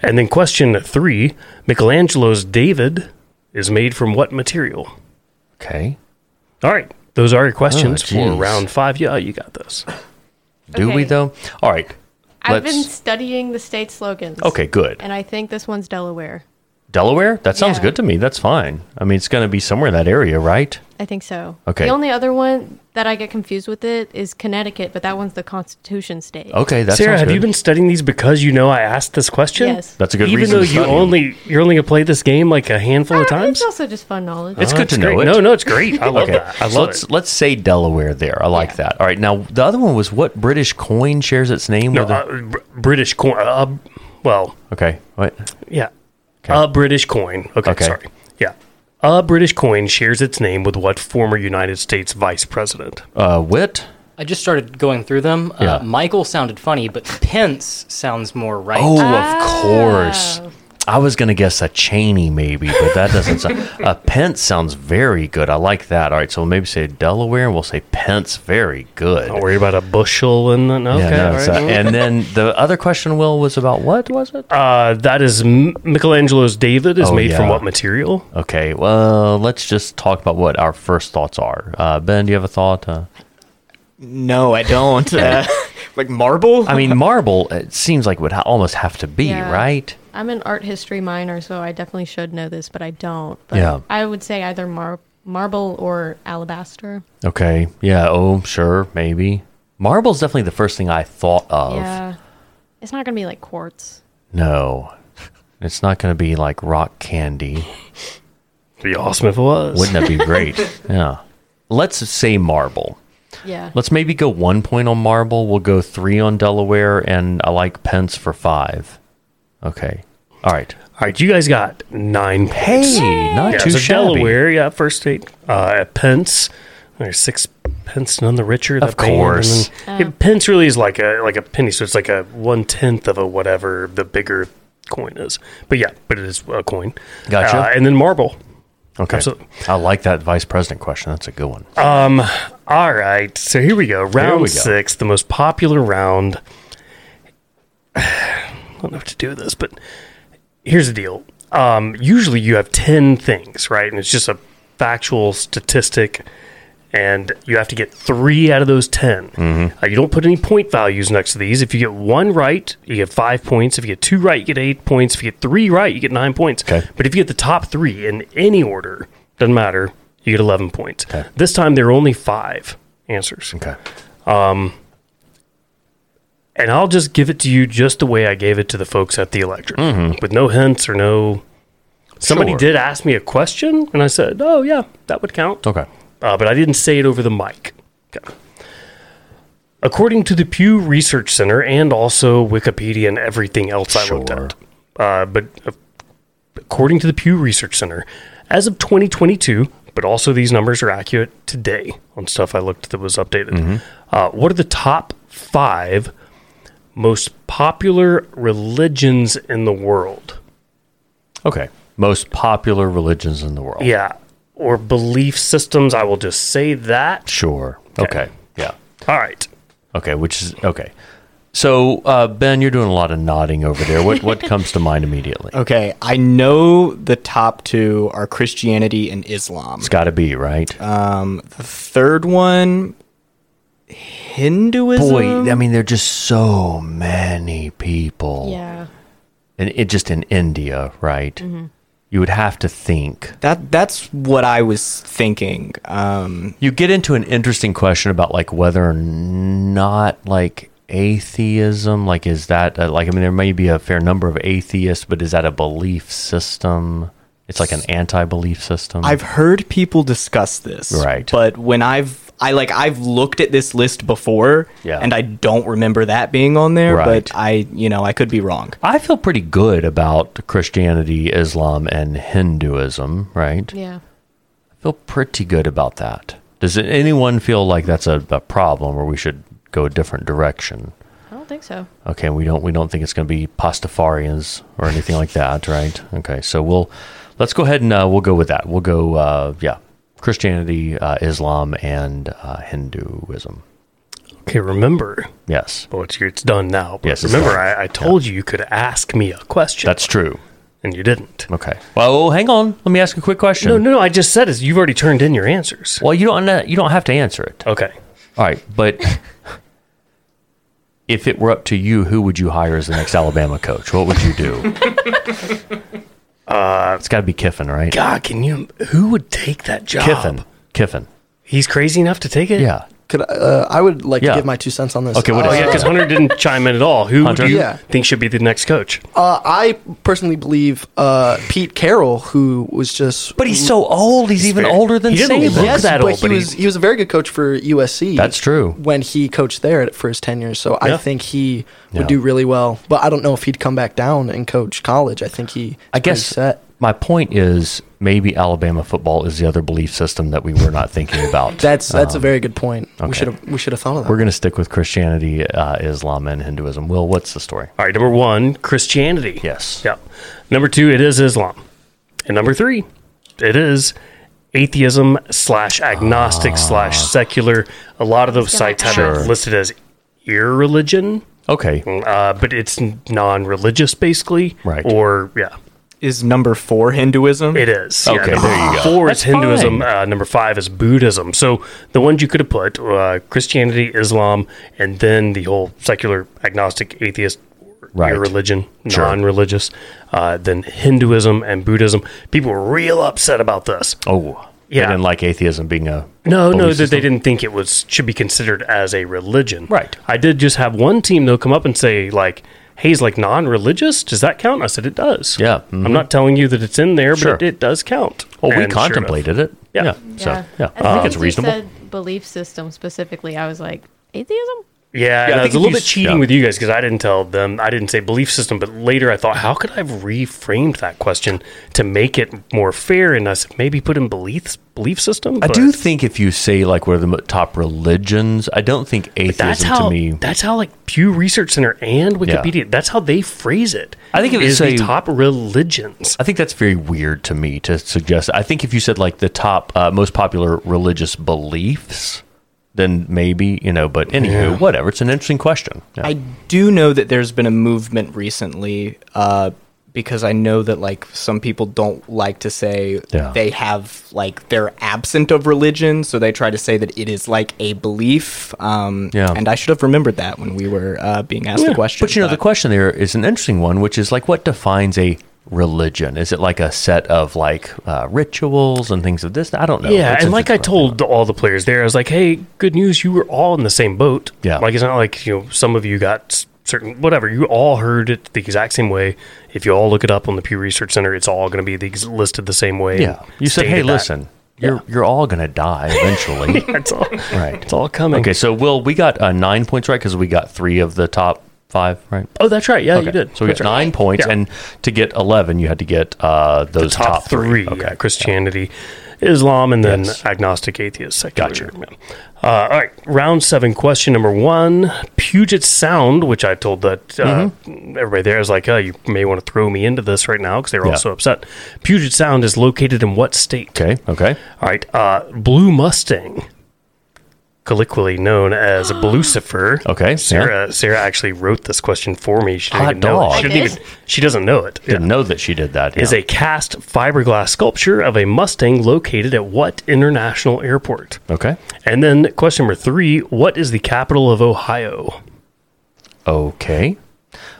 Speaker 1: And then question three Michelangelo's David is made from what material?
Speaker 4: Okay.
Speaker 1: All right. Those are your questions for
Speaker 4: geez.
Speaker 1: round five. Yeah, you got those.
Speaker 4: Do we
Speaker 5: Okay.
Speaker 4: though? All right.
Speaker 5: I've been
Speaker 4: Let's-
Speaker 5: studying the state slogans.
Speaker 4: Okay. Good.
Speaker 5: And I think this one's Delaware.
Speaker 4: Delaware. That sounds
Speaker 5: Yeah.
Speaker 4: good to me. That's fine. I mean, it's going to be somewhere in that area, right?
Speaker 5: I think so.
Speaker 4: Okay.
Speaker 5: The only other one that I get confused with it is Connecticut, but that one's the Constitution state.
Speaker 4: Okay. That
Speaker 1: Sarah,
Speaker 4: sounds
Speaker 1: have
Speaker 4: good.
Speaker 1: you been studying these because you know I asked this question?
Speaker 5: Yes.
Speaker 4: That's a good
Speaker 1: Even
Speaker 4: reason
Speaker 1: though
Speaker 4: to
Speaker 1: you
Speaker 4: study 'em.
Speaker 1: only you're only gonna play this game like a handful of
Speaker 5: Ah,
Speaker 1: times.
Speaker 5: It's also just fun knowledge.
Speaker 4: It's
Speaker 1: Oh,
Speaker 4: good to
Speaker 1: great.
Speaker 4: know it.
Speaker 1: No, no, it's great. I love
Speaker 4: Okay.
Speaker 1: that. I
Speaker 4: so
Speaker 1: love
Speaker 4: let's
Speaker 1: it.
Speaker 4: let's say Delaware there. I like
Speaker 5: Yeah.
Speaker 4: that. All right. Now the other one was what British coin shares its name
Speaker 1: No,
Speaker 4: with? a-
Speaker 1: uh, Br- British coin. Uh, well,
Speaker 4: okay. What?
Speaker 1: yeah, a British coin. Okay,
Speaker 4: Okay.
Speaker 1: sorry. Yeah, a British coin shares its name with what former United States vice president?
Speaker 4: Uh, wit.
Speaker 8: I just started going through them.
Speaker 4: Yeah.
Speaker 8: Uh, Michael sounded funny, but Pence sounds more right.
Speaker 4: Oh,
Speaker 5: Ah.
Speaker 4: of course. I was going to guess a Cheney, maybe, but that doesn't sound. A Pence sounds very good. I like that. All right, so we'll maybe say Delaware, and we'll say Pence. Very good.
Speaker 1: Don't worry about a bushel and then, Oh, okay.
Speaker 4: Yeah, no,
Speaker 1: all
Speaker 4: it's
Speaker 1: right.
Speaker 4: a- and then the other question, Will, was about what was it?
Speaker 1: uh, that is M- Michelangelo's David is
Speaker 4: Oh,
Speaker 1: made
Speaker 4: yeah.
Speaker 1: from what material?
Speaker 4: Okay, well, let's just talk about what our first thoughts are. Uh, ben, do you have a thought? Uh,
Speaker 7: No, I don't. Uh, like marble?
Speaker 4: I mean, marble. It seems like would ha- almost have to be
Speaker 5: Yeah.
Speaker 4: right.
Speaker 5: I'm an art history minor, so I definitely should know this, but I don't. But
Speaker 4: Yeah.
Speaker 5: I would say either mar- marble or alabaster.
Speaker 4: Okay. Yeah. Oh, sure. Maybe. Marble's definitely the first thing I thought of.
Speaker 5: Yeah. It's not going to be like quartz.
Speaker 4: No. It's not going to be like rock candy.
Speaker 1: It'd be awesome if it was.
Speaker 4: Wouldn't that be great? yeah. Let's say marble.
Speaker 5: Yeah.
Speaker 4: Let's maybe go one point on marble. We'll go three on Delaware, and I like Pence for five. Okay. All right.
Speaker 1: All right, you guys got nine
Speaker 4: Hey,
Speaker 1: points.
Speaker 4: not
Speaker 1: yeah,
Speaker 4: too
Speaker 1: so
Speaker 4: shabby.
Speaker 1: Delaware, yeah, first state. Uh, pence, there's six pence, none the richer. The
Speaker 4: Of
Speaker 1: band, and
Speaker 4: course.
Speaker 1: then- yeah, pence really is like a like a penny, so it's like a one tenth of a whatever the bigger coin is. But yeah, but it is a coin.
Speaker 4: Gotcha.
Speaker 1: Uh, and then marble.
Speaker 4: Okay.
Speaker 1: Absolutely.
Speaker 4: I like that vice president question. That's a
Speaker 1: Oh.
Speaker 4: good one.
Speaker 1: All right, so here we go. Round
Speaker 4: we go.
Speaker 1: six, the most popular round. I don't know what to do with this, but here's the deal. Um, usually you have 10 things, right? And it's just a factual statistic, and you have to get three out of those 10. Uh, you don't put any point values next to these. If you get one right, you get five points. If you get two right, you get eight points. If you get three right, you get nine points.
Speaker 4: Okay.
Speaker 1: But if you get the top three in any order, doesn't matter, you get 11 points. This time there are only five answers.
Speaker 4: Okay.
Speaker 1: and I'll just give it to you just the way I gave it to the folks at the electric, with no hints or no. Somebody
Speaker 4: Mm-hmm. Sure.
Speaker 1: did ask me a question, and I said, "Oh yeah, that would count,"
Speaker 4: Okay.
Speaker 1: uh, but I didn't say it over the mic. Okay. According to the Pew Research Center and also Wikipedia and everything else I looked
Speaker 4: Sure.
Speaker 1: at, uh, but uh, according to the Pew Research Center, as of 2022, but also these numbers are accurate today on stuff I looked that was updated. Uh, what are the top five most popular religions in the world?
Speaker 4: Okay. Most popular religions in the world.
Speaker 1: Yeah, or belief systems. I will just say that.
Speaker 4: Sure.
Speaker 1: Okay.
Speaker 4: okay. Yeah.
Speaker 1: All right.
Speaker 4: Okay, which is okay. So uh, Ben, you're doing a lot of nodding over there. What what comes to mind immediately?
Speaker 7: Okay, I know the top two are Christianity and Islam. Um,
Speaker 4: It's got to be right.
Speaker 7: Third one, Hinduism.
Speaker 4: Boy, I mean, there are just so many people,
Speaker 5: Yeah.
Speaker 4: and it just in India, right? You would have to think.
Speaker 7: that that's what I was thinking. Um,
Speaker 4: You get into an interesting question about like whether or not like atheism, like is that uh, like I mean, there may be a fair number of atheists, but is that a belief system? It's like an anti-belief system.
Speaker 7: I've heard people discuss this,
Speaker 4: Right.
Speaker 7: But when I've I like I've looked at this list before,
Speaker 4: Yeah.
Speaker 7: and I don't remember that being on there.
Speaker 4: Right.
Speaker 7: But I, you know, I could be wrong.
Speaker 4: I feel pretty good about Christianity, Islam, and Hinduism, right?
Speaker 5: Yeah.
Speaker 4: I feel pretty good about that. Does anyone feel like that's a, a problem or we should go a different direction?
Speaker 5: I don't think so.
Speaker 4: Okay, we don't we don't think it's going to be pastafarians or anything like that, right? Okay, so we'll let's go ahead and uh, we'll go with that. We'll go, uh, yeah, Christianity, uh, Islam, and uh, Hinduism.
Speaker 1: Okay, remember.
Speaker 4: Yes,
Speaker 1: Well, it's, it's done now. But
Speaker 4: Yes, it's
Speaker 1: remember,
Speaker 4: done.
Speaker 1: I, I told you you could ask me a question,
Speaker 4: that's true.
Speaker 1: and you didn't.
Speaker 4: Okay. Well, hang on. Let me ask a quick question.
Speaker 1: No, no, no. I just said it. You've already turned in your answers.
Speaker 4: Well, you don't uh, you don't have to answer it.
Speaker 1: Okay.
Speaker 4: All right, but if it were up to you, who would you hire as the next Alabama coach? What would you do? it's got to be Kiffin, right?
Speaker 1: God, can you? Who would take that job?
Speaker 4: Kiffin. Kiffin.
Speaker 1: He's crazy enough to take it.
Speaker 4: Yeah.
Speaker 6: Could I- uh, I would like
Speaker 4: Yeah.
Speaker 6: to give my two cents on this.
Speaker 4: Okay, what
Speaker 6: uh,
Speaker 4: is
Speaker 1: Oh, yeah, because Hunter didn't chime in at all. Who
Speaker 4: Hunter?
Speaker 1: do you
Speaker 6: Yeah.
Speaker 1: think should be the next coach?
Speaker 6: uh, I personally believe uh, Pete Carroll, who was just
Speaker 4: But he's so old. He's, even
Speaker 1: very-
Speaker 4: older than
Speaker 1: he didn't
Speaker 4: Saban.
Speaker 1: look Yes, that
Speaker 6: but
Speaker 1: old,
Speaker 6: he
Speaker 1: but he-
Speaker 6: was he was a very good coach for USC.
Speaker 4: That's true.
Speaker 6: When he coached there at- for his tenure, so
Speaker 1: Yeah.
Speaker 6: I think he would
Speaker 4: Yeah.
Speaker 6: do really well. But I don't know if he'd come back down and coach college. I think he.
Speaker 4: I guess
Speaker 6: set.
Speaker 4: my point is maybe Alabama football is the other belief system that we were not thinking about.
Speaker 6: That's that's
Speaker 1: Um,
Speaker 6: a very good point.
Speaker 4: okay.
Speaker 6: We should have we should have thought of that.
Speaker 4: we're going to stick with Christianity, uh, Islam, and Hinduism. Will, what's the story?
Speaker 1: All right. Number one, Christianity.
Speaker 4: Yes.
Speaker 1: Yep. Number two, it is Islam, and number three, it is atheism slash agnostic slash secular. A lot of those sites have
Speaker 5: Sure.
Speaker 1: it listed as irreligion.
Speaker 4: Okay.
Speaker 1: uh, but it's non-religious basically.
Speaker 4: Right.
Speaker 1: Or yeah,
Speaker 7: Is number four Hinduism?
Speaker 1: it is.
Speaker 4: Okay,
Speaker 1: yeah.
Speaker 4: there you go.
Speaker 1: Four is
Speaker 4: That's
Speaker 1: Hinduism.
Speaker 4: fine.
Speaker 1: Uh, number five is Buddhism. So the ones you could have put uh, Christianity, Islam, and then the whole secular agnostic atheist.
Speaker 4: Right.
Speaker 1: Religion,
Speaker 4: Sure.
Speaker 1: non-religious, uh, then Hinduism and Buddhism. People were real upset about this.
Speaker 4: Oh,
Speaker 1: Yeah.
Speaker 4: I didn't like atheism being a
Speaker 1: No, no,
Speaker 4: belief
Speaker 1: that they
Speaker 4: system?
Speaker 1: didn't think it was should be considered as a religion.
Speaker 4: Right.
Speaker 1: I did just have one team though come up and say like, "Hey, is like non-religious? Does that count?" I said it does.
Speaker 4: Yeah, mhm.
Speaker 1: I'm not telling you that it's in there, but
Speaker 4: Sure.
Speaker 1: it, it does count.
Speaker 4: Well, we
Speaker 1: And sure enough.
Speaker 4: contemplated it.
Speaker 1: Yeah.
Speaker 4: So,
Speaker 5: yeah.
Speaker 4: yeah,
Speaker 5: As soon
Speaker 4: I think
Speaker 5: as
Speaker 4: it's
Speaker 5: you
Speaker 4: reasonable.
Speaker 5: said belief system specifically, I was like, atheism?
Speaker 1: Yeah, and I,
Speaker 4: I
Speaker 1: was
Speaker 4: think
Speaker 1: a
Speaker 4: if
Speaker 1: little
Speaker 4: you
Speaker 1: bit
Speaker 4: s-
Speaker 1: cheating
Speaker 4: yeah.
Speaker 1: with you guys because I didn't tell them. I didn't say belief system, but later I thought, how could I have reframed that question to make it more fair? And I said, maybe put in beliefs, belief system.
Speaker 4: I
Speaker 1: but
Speaker 4: do think if you say like what are the mo- top religions, I don't think
Speaker 1: That's
Speaker 4: atheism
Speaker 1: how.
Speaker 4: to me.
Speaker 1: That's how like Pew Research Center and Wikipedia. That's how they phrase it.
Speaker 4: I think if you
Speaker 1: is the
Speaker 4: say-
Speaker 1: top religions.
Speaker 4: I think that's very weird to me to suggest. I think if you said like the top uh, most popular religious beliefs, then maybe you know. But anywho, whatever. It's an interesting question. Yeah.
Speaker 7: I do know that there's been a movement recently uh, because I know that like some people don't like to say
Speaker 4: Yeah.
Speaker 7: they have like they're absent of religion, so they try to say that it is like a belief. Um,
Speaker 4: Yeah.
Speaker 7: and I should have remembered that when we were uh, being asked the question.
Speaker 4: But you know, the question there is an interesting one, which is like, what defines a religion? Is it like a set of like uh, rituals and things of this? I don't know.
Speaker 1: Yeah,
Speaker 4: Oh, It's
Speaker 1: and like I
Speaker 4: interesting.
Speaker 1: told all the players there, I was like, "Hey, good news! You were all in the same boat.
Speaker 4: Yeah.
Speaker 1: like it's not like you know some of you got s- certain whatever. You all heard it the exact same way. If you all look it up on the Pew Research Center, it's all going to be the, ex- listed the same way.
Speaker 4: yeah,
Speaker 1: and
Speaker 4: you said,
Speaker 1: stated
Speaker 4: hey,
Speaker 1: that."
Speaker 4: listen, you're you're all gonna die eventually,
Speaker 1: That's all.
Speaker 4: right?
Speaker 1: It's all coming.
Speaker 4: Okay, so Will, we got uh, nine points right because we got three of the top five, right?
Speaker 1: Oh, that's right. Yeah,
Speaker 4: Okay,
Speaker 1: you did.
Speaker 4: So we got
Speaker 1: That's right.
Speaker 4: nine points,
Speaker 1: Yeah.
Speaker 4: and to get eleven, you had to get uh, those
Speaker 1: top, three.
Speaker 4: Okay,
Speaker 1: yeah, Christianity, Islam, and then
Speaker 4: Yes.
Speaker 1: agnostic, atheist, secular. Gotcha. Uh, all right, round seven, question number one. Puget Sound, which I told that uh,
Speaker 4: Mm-hmm.
Speaker 1: everybody there is like, oh, you may want to throw me into this right now because they were
Speaker 4: Yeah.
Speaker 1: all so upset. Puget Sound is located in what state?
Speaker 4: okay, okay.
Speaker 1: All right, uh, Blue Mustang. Colloquially known as Lucifer.
Speaker 4: Okay, yeah.
Speaker 1: Sarah. Sarah actually wrote this question for me. She didn't
Speaker 4: Hot
Speaker 1: even know.
Speaker 4: dog.
Speaker 1: It. She didn't
Speaker 5: I
Speaker 1: even.
Speaker 5: did?
Speaker 1: She doesn't know it. Yeah
Speaker 4: Didn't know that she did that.
Speaker 1: is
Speaker 4: yeah.
Speaker 1: a cast fiberglass sculpture of a Mustang located at what international airport?
Speaker 4: okay,
Speaker 1: And then question number three What is the capital of Ohio?
Speaker 4: okay.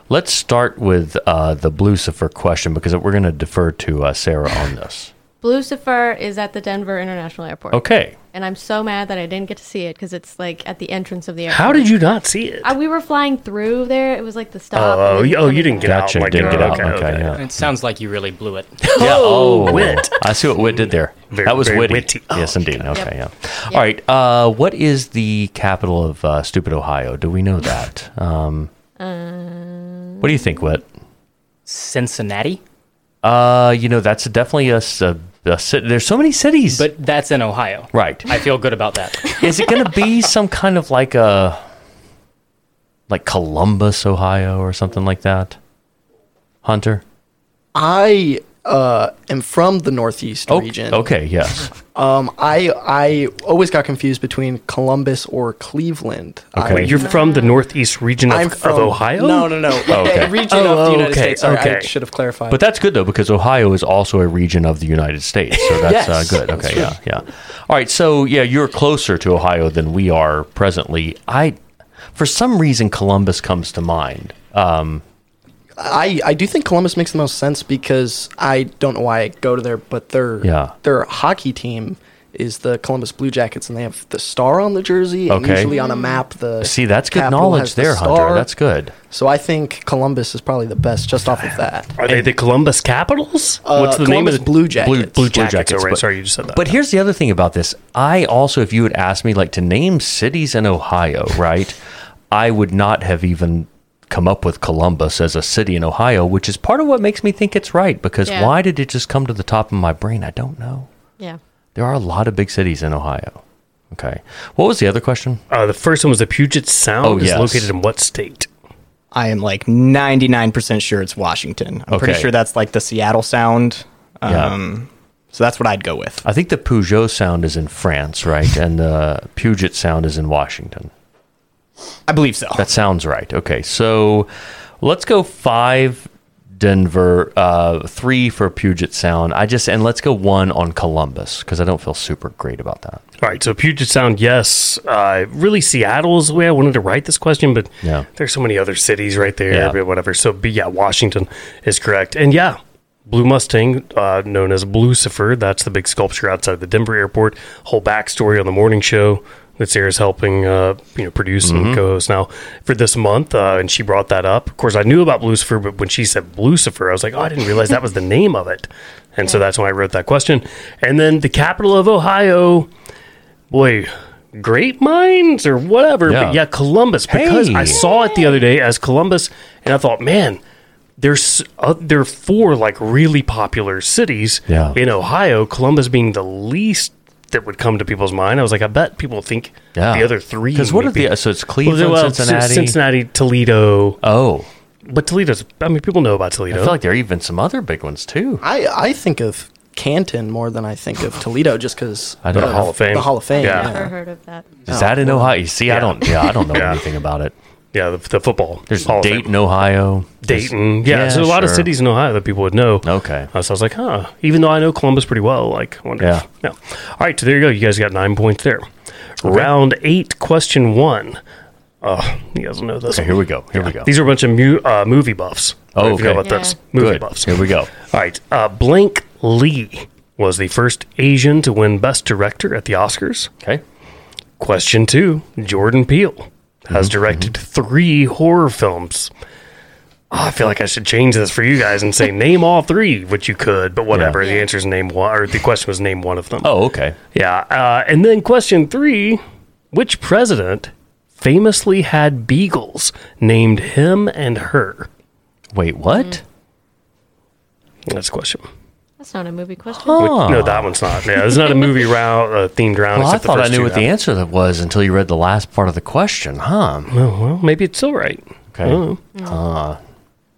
Speaker 4: Let's start with uh, the Lucifer question because we're going to defer to uh, Sarah on this.
Speaker 5: Lucifer is at the Denver International Airport.
Speaker 4: Okay,
Speaker 5: And I'm so mad that I didn't get to see it because it's like at the entrance of the airport.
Speaker 1: How did you not see it?
Speaker 5: Uh, we were flying through there. It was like the stop.
Speaker 1: Oh,
Speaker 5: and
Speaker 1: you-
Speaker 5: then
Speaker 1: oh, you
Speaker 5: coming
Speaker 1: didn't get
Speaker 5: back.
Speaker 1: out.
Speaker 4: gotcha.
Speaker 1: like,
Speaker 4: didn't get out.
Speaker 1: okay,
Speaker 4: Okay,
Speaker 1: okay.
Speaker 4: yeah.
Speaker 8: It sounds like you really blew it.
Speaker 4: Yeah. Oh,
Speaker 1: wit.
Speaker 4: I see what Wit did there.
Speaker 1: Very-
Speaker 4: that was
Speaker 1: very
Speaker 4: witty.
Speaker 1: witty. Oh,
Speaker 4: yes, indeed.
Speaker 1: okay.
Speaker 4: Okay,
Speaker 5: Yep.
Speaker 4: yeah.
Speaker 5: Yep.
Speaker 4: All right. Uh, what is the capital of uh, stupid Ohio? Do we know that? Um, what do you think, Wit?
Speaker 8: Cincinnati,
Speaker 4: Uh, you know, that's definitely a, s- a- a ci- There's so many cities.
Speaker 8: but that's in Ohio.
Speaker 4: right,
Speaker 8: I feel good about that.
Speaker 4: is it going to be some kind of like a like Columbus, Ohio, or something like that? Hunter.
Speaker 6: I uh, am from the Northeast
Speaker 4: Oh,
Speaker 6: region.
Speaker 4: okay. Yes.
Speaker 6: Um, I I always got confused between Columbus or Cleveland.
Speaker 4: Okay.
Speaker 6: I,
Speaker 4: Wait,
Speaker 1: You're from the northeast region of,
Speaker 6: I'm
Speaker 1: of
Speaker 6: from
Speaker 1: Ohio?
Speaker 6: No, no, no.
Speaker 4: Okay.
Speaker 6: The region
Speaker 1: Oh,
Speaker 6: of the United
Speaker 1: okay,
Speaker 6: States. Sorry, I
Speaker 1: okay.
Speaker 6: should have clarified.
Speaker 4: But that's good though, because Ohio is also a region of the United States, so that's
Speaker 6: Yes.
Speaker 4: uh, good. Okay, yeah, yeah. All right, so yeah, you're closer to Ohio than we are presently. I, for some reason, Columbus comes to mind. Um,
Speaker 6: I, I do think Columbus makes the most sense because I don't know why I go to there, but their
Speaker 4: Yeah.
Speaker 6: their hockey team is the Columbus Blue Jackets, and they have the star on the jersey. And
Speaker 4: Okay.
Speaker 6: Usually on a map, the
Speaker 4: see, that's good
Speaker 6: capital
Speaker 4: knowledge
Speaker 6: has the
Speaker 4: there, Hunter.
Speaker 6: star.
Speaker 4: That's good.
Speaker 6: So I think Columbus is probably the best just off of that.
Speaker 1: Are they the Columbus Capitals? What's the name of
Speaker 6: Uh, Columbus
Speaker 1: the
Speaker 6: Blue Jackets?
Speaker 1: Blue, Blue
Speaker 6: Blue
Speaker 1: Jackets?
Speaker 4: Jackets,
Speaker 1: oh, right.
Speaker 4: but-
Speaker 1: Sorry, you just said that.
Speaker 4: But here's the other thing about this. I also, if you had asked me like to name cities in Ohio, right, I would not have even come up with Columbus as a city in Ohio, which is part of what makes me think it's right. Because
Speaker 5: Yeah.
Speaker 4: why did it just come to the top of my brain? I don't know.
Speaker 5: Yeah.
Speaker 4: There are a lot of big cities in Ohio. Okay. What was the other question?
Speaker 1: uh, the first one was the Puget Sound
Speaker 4: Oh,
Speaker 1: is
Speaker 4: yes.
Speaker 1: located in what state?
Speaker 7: I am like 99% sure it's Washington. I'm pretty
Speaker 4: Okay.
Speaker 7: sure that's like the Seattle sound.
Speaker 4: Yeah.
Speaker 7: Um, So that's what I'd go with.
Speaker 4: I think the Peugeot sound is in France, right? And the Puget sound is in Washington.
Speaker 7: I believe so.
Speaker 4: That sounds right. Okay. So let's go five Denver, uh, three for Puget Sound. I just, and let's go one on Columbus because I don't feel super great about that.
Speaker 1: All right, so Puget Sound, yes. Uh, really, Seattle's the way I wanted to write this question, but
Speaker 4: Yeah.
Speaker 1: there's so many other cities right there,
Speaker 4: Yeah.
Speaker 1: but whatever. So, but yeah, Washington is correct. And yeah, Blue Mustang, uh, known as Lucifer, that's the big sculpture outside the Denver airport. Whole backstory on the morning show that Sarah's helping, uh, you know, produce
Speaker 4: Mm-hmm.
Speaker 1: and co-host now for this month, uh, and she brought that up. Of course, I knew about Lucifer, but when she said Lucifer, I was like, oh, I didn't realize that was the name of it. And so that's why I wrote that question. And then the capital of Ohio boy, great minds or whatever.
Speaker 4: Yeah.
Speaker 1: But yeah, Columbus because
Speaker 4: Hey.
Speaker 1: I saw it the other day as Columbus, and I thought, man, there's uh, there are four like really popular cities
Speaker 4: Yeah.
Speaker 1: in Ohio. Columbus being the least that would come to people's mind. I was like, I bet people think the other three.
Speaker 4: Because what
Speaker 1: would
Speaker 4: are the,
Speaker 1: be-
Speaker 4: so it's
Speaker 1: Well,
Speaker 4: Cleveland,
Speaker 1: well, it's
Speaker 4: Cincinnati.
Speaker 1: Cincinnati, Toledo,
Speaker 4: Oh,
Speaker 1: but Toledo's. I mean, people know about Toledo.
Speaker 4: I feel like there are even some other big ones too.
Speaker 6: I, I think of Canton more than I think of Toledo, just because
Speaker 4: I don't know.
Speaker 1: Hall of Fame.
Speaker 6: The Hall of Fame.
Speaker 1: Yeah.
Speaker 6: Yeah.
Speaker 5: Never heard of that.
Speaker 4: Is that in Ohio? You see, I don't. Yeah, I don't know
Speaker 1: Yeah.
Speaker 4: anything about it.
Speaker 1: Yeah, the, the football.
Speaker 4: There's
Speaker 1: Hall of Fame.
Speaker 4: Dayton, Ohio.
Speaker 1: Dayton. Yeah,
Speaker 4: Yeah,
Speaker 1: so a lot of
Speaker 4: sure.
Speaker 1: cities in Ohio that people would know.
Speaker 4: Okay.
Speaker 1: Uh, so I was like, huh. Even though I know Columbus pretty well, like, I wonder.
Speaker 4: Yeah.
Speaker 1: No. All right, so there you go. You guys got nine points there. Round eight, question one. Oh, you guys will know this.
Speaker 4: Okay,
Speaker 1: one.
Speaker 4: here we go. Here we go.
Speaker 1: These are a bunch of mu- uh, movie buffs. I don't know if you
Speaker 4: Okay.
Speaker 1: know about this.
Speaker 5: Yeah.
Speaker 1: Movie
Speaker 4: Good.
Speaker 1: buffs.
Speaker 4: Here we go.
Speaker 1: All right. Uh, Blank Lee was the first Asian to win Best Director at the Oscars.
Speaker 4: Okay.
Speaker 1: Question two Jordan Peele
Speaker 4: Mm-hmm,
Speaker 1: has directed three horror films. Oh, I feel like I should change this for you guys and say name all three, which you could, but whatever. The answer is name one, or the question was name one of them.
Speaker 4: Oh, okay.
Speaker 1: Yeah. Uh, and then question three Which president famously had beagles named him and her?
Speaker 4: Wait, what?
Speaker 1: That's the question.
Speaker 5: That's not a movie question.
Speaker 4: Huh.
Speaker 1: No, that one's not. Yeah, it's not a movie round, uh, themed round.
Speaker 4: Well, I
Speaker 1: except the
Speaker 4: thought I
Speaker 1: first
Speaker 4: knew
Speaker 1: two
Speaker 4: what the
Speaker 1: rounds.
Speaker 4: answer that was until you read the last part of the question, huh?
Speaker 1: Oh, well, maybe it's still right.
Speaker 4: Okay.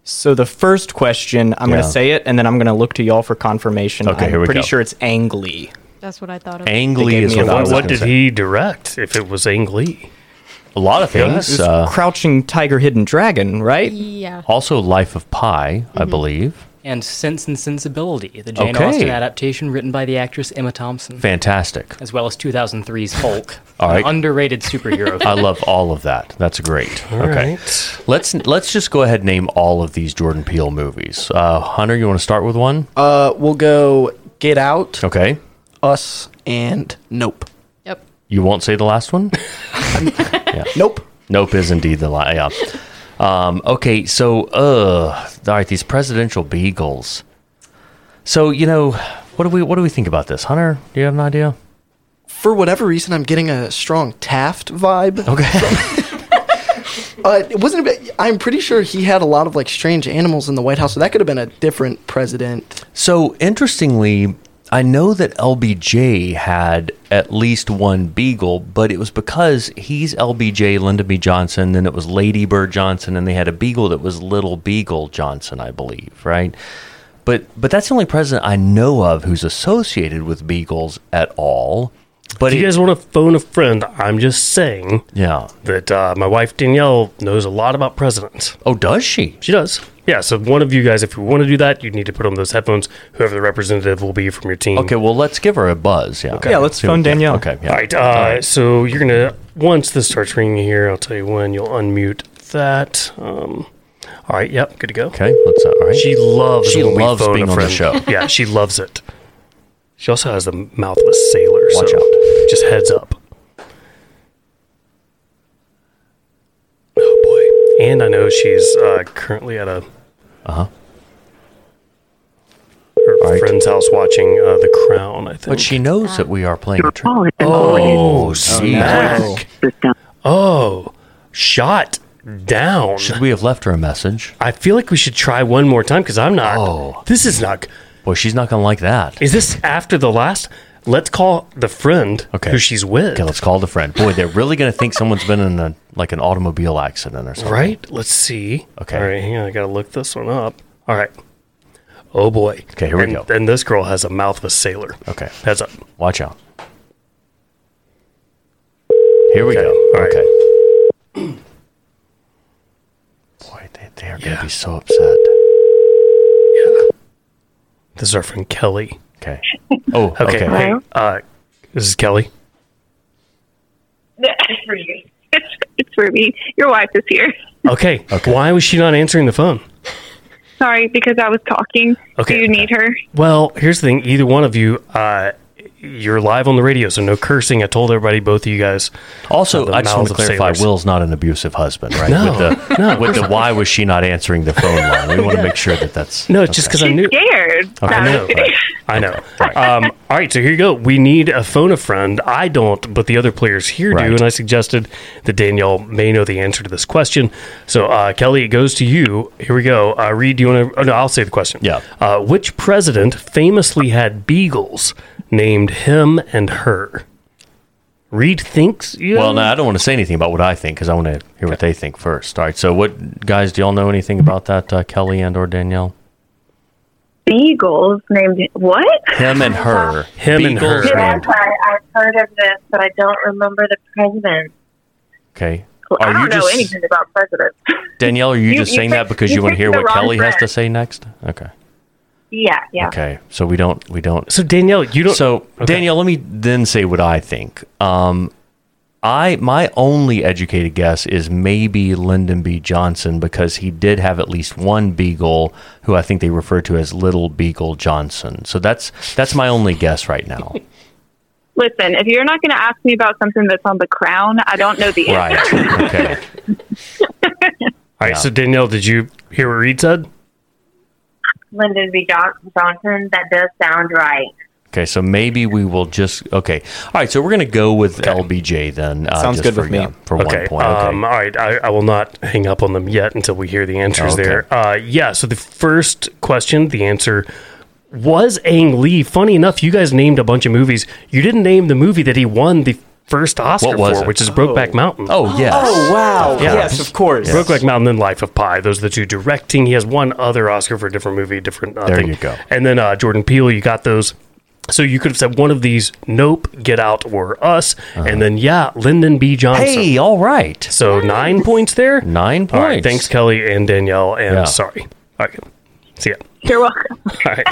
Speaker 7: So the first question, I'm
Speaker 4: Yeah.
Speaker 7: going to say it, and then I'm going to look to y'all for confirmation.
Speaker 4: Okay,
Speaker 7: I'm
Speaker 4: here we
Speaker 7: pretty
Speaker 4: go.
Speaker 7: sure it's Ang Lee.
Speaker 5: That's what I thought of.
Speaker 4: Ang
Speaker 7: They
Speaker 4: Lee
Speaker 7: gave
Speaker 4: is
Speaker 7: me
Speaker 4: what,
Speaker 7: a
Speaker 4: I
Speaker 7: lot
Speaker 1: What,
Speaker 4: was
Speaker 7: of
Speaker 1: what
Speaker 4: gonna
Speaker 1: did
Speaker 4: say.
Speaker 1: he direct if it was Ang Lee?
Speaker 4: A lot of
Speaker 7: It was
Speaker 4: things. Uh,
Speaker 7: Crouching Tiger, Hidden Dragon, right?
Speaker 5: Yeah.
Speaker 4: also, Life of Pi, I believe.
Speaker 8: And Sense and Sensibility, the Jane
Speaker 4: Okay.
Speaker 8: Austen adaptation written by the actress Emma Thompson,
Speaker 4: Fantastic.
Speaker 8: as well as 2003's Hulk,
Speaker 4: All right. Uh,
Speaker 8: an underrated superhero.
Speaker 4: I love all of that. That's great. okay.
Speaker 1: right.
Speaker 4: Let's let's just go ahead and name all of these Jordan Peele movies. Uh, Hunter, you want to start with one?
Speaker 6: Uh, we'll go Get Out,
Speaker 4: okay.
Speaker 6: Us, and Nope.
Speaker 5: Yep.
Speaker 4: You won't say the last one?
Speaker 6: Nope.
Speaker 4: Nope is indeed the lie. Yeah. Um, okay, so uh, all right, these presidential beagles. So you know, what do we what do we think about this, Hunter? Do you have an idea?
Speaker 6: For whatever reason, I'm getting a strong Taft vibe. Okay. uh, it wasn't. A bit, I'm pretty sure he had a lot of like strange animals in the White House, so that could have been a different president.
Speaker 4: So interestingly, I know that LBJ had at least one beagle, but it was because he's LBJ Lyndon B. Johnson, then it was Lady Bird Johnson, and they had a beagle that was Little Beagle Johnson, I believe, right? But but that's the only president I know of who's associated with beagles at all. But
Speaker 1: If you
Speaker 4: it-
Speaker 1: guys want to phone a friend, I'm just saying
Speaker 4: yeah.
Speaker 1: that uh, my wife Danielle knows a lot about presidents.
Speaker 4: Oh, does she?
Speaker 1: She does. Yeah, so one of you guys, if you want to do that, you need to put on those headphones. Whoever the representative will be from your team.
Speaker 4: Okay, well, let's give her a buzz. Yeah.
Speaker 7: Yeah, let's
Speaker 4: See what
Speaker 7: phone
Speaker 4: we can-
Speaker 7: Danielle.
Speaker 4: Okay. Yeah.
Speaker 1: All right. Uh, So you're gonna once this starts ringing here, I'll tell you when you'll unmute that. Um, all right. Yep. Good to go.
Speaker 4: Okay. Let's. All right.
Speaker 1: She loves.
Speaker 4: She
Speaker 1: when we
Speaker 4: loves
Speaker 1: phone a
Speaker 4: being on the
Speaker 1: friend.
Speaker 4: show.
Speaker 1: yeah, she loves it. She also has the mouth of a sailor.
Speaker 4: Watch
Speaker 1: so
Speaker 4: out.
Speaker 1: Just heads up. Oh boy! And I know she's uh, currently at a uh her
Speaker 4: Uh-huh. right.
Speaker 1: friend's house watching uh, The Crown. I think.
Speaker 4: But she knows that we are playing. a tri-
Speaker 9: call has been
Speaker 1: oh, smack. Oh, shot down.
Speaker 4: Should we have left her a message?
Speaker 1: I feel like we should try one more time because I'm not.
Speaker 4: Oh.
Speaker 1: This is not.
Speaker 4: Boy, she's not going to like that.
Speaker 1: Is this after the last? Let's call the friend
Speaker 4: Okay.
Speaker 1: who she's with.
Speaker 4: Okay, let's call the friend. Boy, they're really going to think someone's been in a like an automobile accident or something.
Speaker 1: right? Let's see.
Speaker 4: Okay.
Speaker 1: All right, hang on. I got to look this one up. All right. Oh, boy.
Speaker 4: Okay, here we
Speaker 1: And-
Speaker 4: go.
Speaker 1: And this girl has a mouth of a sailor.
Speaker 4: Okay.
Speaker 1: Heads up.
Speaker 4: Watch out. Here we
Speaker 1: Okay,
Speaker 4: go.
Speaker 1: all right.
Speaker 4: Okay. Boy, they, they are going to
Speaker 1: Yeah.
Speaker 4: be so upset.
Speaker 1: This is our friend Kelly.
Speaker 4: Okay. Oh, okay.
Speaker 1: Okay. Hey, uh, this is Kelly.
Speaker 9: It's for you. It's, it's for me. Your wife is here.
Speaker 1: Okay. okay. Why was she not answering the phone?
Speaker 9: Sorry, because I was talking.
Speaker 1: Okay,
Speaker 9: Do you
Speaker 1: okay.
Speaker 9: need her?
Speaker 1: Well, here's the thing. Either one of you, uh, you're live on the radio, so no cursing. I told everybody, both of you guys.
Speaker 4: Also,
Speaker 1: The
Speaker 4: I just want
Speaker 1: mouths
Speaker 4: to
Speaker 1: of
Speaker 4: clarify:
Speaker 1: sailors.
Speaker 4: Will's not an abusive husband, right?
Speaker 1: No,
Speaker 4: with the, with the why was she not answering the phone line? We want to make sure that that's
Speaker 1: No, it's just 'cause just because I
Speaker 9: She's
Speaker 1: knew.
Speaker 9: scared. No,
Speaker 1: I
Speaker 9: I'm
Speaker 1: know.
Speaker 9: kidding.
Speaker 1: I know. Um, all right, so here you go. We need a phone a friend. I don't, but the other players here
Speaker 4: Right.
Speaker 1: do. And I suggested that Danielle may know the answer to this question. So, uh, Kelly, it goes to you. Here we go. Uh, Reed, do you want to? Oh, no, I'll say the question.
Speaker 4: Yeah.
Speaker 1: Uh, which president famously had beagles named him and her? Reed thinks. You
Speaker 4: Well, no, I don't want to say anything about what I think because I want to hear what they think first. All right. So, what guys do y'all know anything about that, uh, Kelly and or Danielle?
Speaker 9: beagles named what?
Speaker 4: Him and her.
Speaker 1: Him and her.
Speaker 4: Beagles named-
Speaker 9: I've heard of this, but I don't remember the president.
Speaker 4: Okay.
Speaker 9: I
Speaker 4: Are
Speaker 9: don't
Speaker 4: you
Speaker 9: know
Speaker 4: just-
Speaker 9: anything about presidents.
Speaker 4: Danielle, are you,
Speaker 9: You-
Speaker 4: just
Speaker 9: you
Speaker 4: saying that
Speaker 9: picked-
Speaker 4: because
Speaker 9: you
Speaker 4: you, want to
Speaker 9: picked
Speaker 4: hear
Speaker 9: the
Speaker 4: what
Speaker 9: wrong
Speaker 4: Kelly has to
Speaker 9: friend.
Speaker 4: say next? Okay.
Speaker 9: yeah, yeah.
Speaker 4: Okay. So we don't we don't
Speaker 1: So Danielle, you don't.
Speaker 4: So
Speaker 1: Okay.
Speaker 4: Danielle, let me then say what I think. Um I my only educated guess is maybe Lyndon B. Johnson because he did have at least one beagle who I think they refer to as Little Beagle Johnson. So that's that's my only guess right now.
Speaker 9: Listen, if you're not going to ask me about something that's on the crown, I don't know the answer.
Speaker 4: right. Okay.
Speaker 1: All right.
Speaker 4: Yeah.
Speaker 1: So Danielle, did you hear what Reed said?
Speaker 9: Lyndon B. Johnson, that does sound right.
Speaker 4: Okay, so maybe we will just okay. All right, so we're gonna go with LBJ then. Uh,
Speaker 7: Sounds
Speaker 4: just
Speaker 7: good
Speaker 4: for,
Speaker 7: with me.
Speaker 4: yeah, for
Speaker 1: Okay.
Speaker 4: one point.
Speaker 1: Um, all right. I, I will not hang up on them yet until we hear the answers
Speaker 4: Okay.
Speaker 1: there. Uh, yeah. So the first question, the answer was Ang Lee. Funny enough, you guys named a bunch of movies. You didn't name the movie that he won the first Oscar
Speaker 4: What was
Speaker 1: for,
Speaker 4: it?
Speaker 1: which is Brokeback Mountain.
Speaker 4: oh yes.
Speaker 7: Oh wow! Yes, of course.
Speaker 1: Brokeback Mountain and Life of Pi. Those are the two directing. He has one other Oscar for a different movie, different. Uh,
Speaker 4: There
Speaker 1: thing.
Speaker 4: you go.
Speaker 1: And then uh, Jordan Peele, you got those. So you could have said one of these, Nope, Get Out, or Us, and then yeah, Lyndon B. Johnson.
Speaker 4: Uh-huh. Hey, all right.
Speaker 1: So nine points there.
Speaker 4: Nine points.
Speaker 1: All right, thanks Kelly and Danielle, and
Speaker 4: Yeah.
Speaker 1: sorry. All right, see ya.
Speaker 9: You're welcome.
Speaker 1: All right.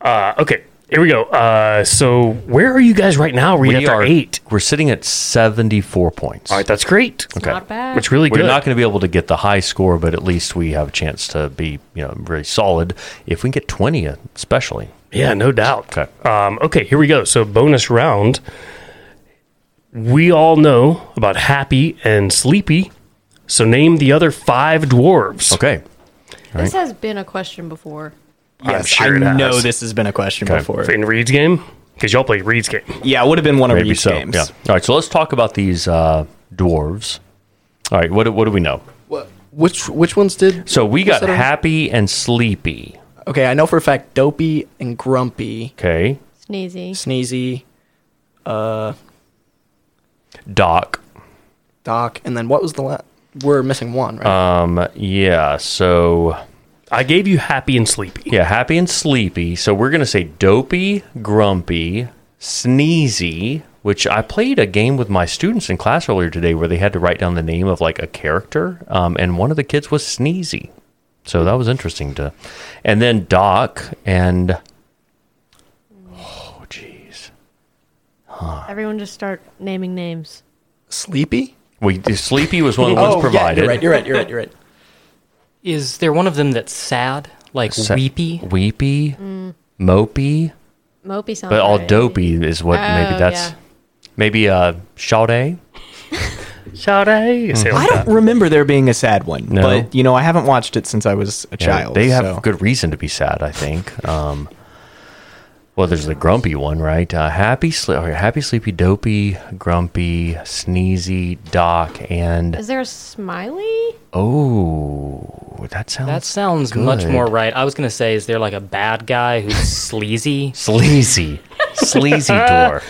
Speaker 1: uh, okay, here we go. Uh, so where are you guys right now? Read
Speaker 4: We
Speaker 1: after
Speaker 4: are
Speaker 1: eight.
Speaker 4: We're sitting at seventy-four points.
Speaker 1: All right, that's great.
Speaker 4: Okay.
Speaker 5: Not bad.
Speaker 1: It's really
Speaker 4: We're
Speaker 1: good.
Speaker 4: not going to be able to get the high score, but at least we have a chance to be, you know, very solid. If we can get twenty, especially.
Speaker 1: Yeah, no doubt.
Speaker 4: Okay.
Speaker 1: Um, okay, here we go. So, bonus round. We all know about Happy and Sleepy. So, name the other five dwarves.
Speaker 4: Okay.
Speaker 5: This has been a question before.
Speaker 1: I'm
Speaker 7: Yes,
Speaker 1: sure it
Speaker 7: I
Speaker 1: has.
Speaker 7: know this has been a question before.
Speaker 1: In Reed's game? Because y'all play Reed's game.
Speaker 7: Yeah, it would have been one of
Speaker 4: Maybe
Speaker 7: these
Speaker 4: so.
Speaker 7: games.
Speaker 4: Yeah. All right. So let's talk about these uh, dwarves. All right. What do, what do we know?
Speaker 6: Which which ones did?
Speaker 4: So we
Speaker 6: was
Speaker 4: got
Speaker 6: that on-
Speaker 4: happy and sleepy.
Speaker 6: Okay, I know for a fact dopey and grumpy,
Speaker 4: Okay.
Speaker 5: Sneezy.
Speaker 6: sneezy,
Speaker 4: Doc.
Speaker 6: doc, and then what was the last? We're missing one, right?
Speaker 4: Um, yeah. So
Speaker 1: I gave you Happy and Sleepy.
Speaker 4: yeah, happy and sleepy. So we're gonna say dopey, grumpy, sneezy. Which I played a game with my students in class earlier today where they had to write down the name of like a character, um, and one of the kids was sneezy. So that was interesting to, and then Doc and oh jeez,
Speaker 5: Everyone just start naming names.
Speaker 6: Sleepy.
Speaker 4: we sleepy was one of the ones provided.
Speaker 6: Oh, yeah, you're right. You're right. You're right. You're right.
Speaker 8: Is there one of them that's sad, like
Speaker 4: Sa-
Speaker 8: weepy?
Speaker 4: weepy, mopey.
Speaker 5: Mopey sounds
Speaker 4: But all
Speaker 5: Mm. right.
Speaker 4: dopey is what maybe
Speaker 5: Oh,
Speaker 4: that's
Speaker 5: yeah.
Speaker 4: maybe uh Sade.
Speaker 1: Shout out. You say
Speaker 7: I
Speaker 1: like
Speaker 7: don't
Speaker 1: that.
Speaker 7: remember there being a sad one,
Speaker 4: No.
Speaker 7: but you know I haven't watched it since I was a child.
Speaker 4: they have
Speaker 7: so.
Speaker 4: good reason to be sad, I think. Um well, there's the grumpy one, right? Uh, happy, sle- or happy, sleepy, dopey, grumpy, sneezy, doc, and
Speaker 5: Is there a smiley?
Speaker 4: oh, that sounds
Speaker 8: That sounds much
Speaker 4: good.
Speaker 8: more right. I was gonna say, is there like a bad guy who's sleazy?
Speaker 4: sleazy, sleazy dwarf.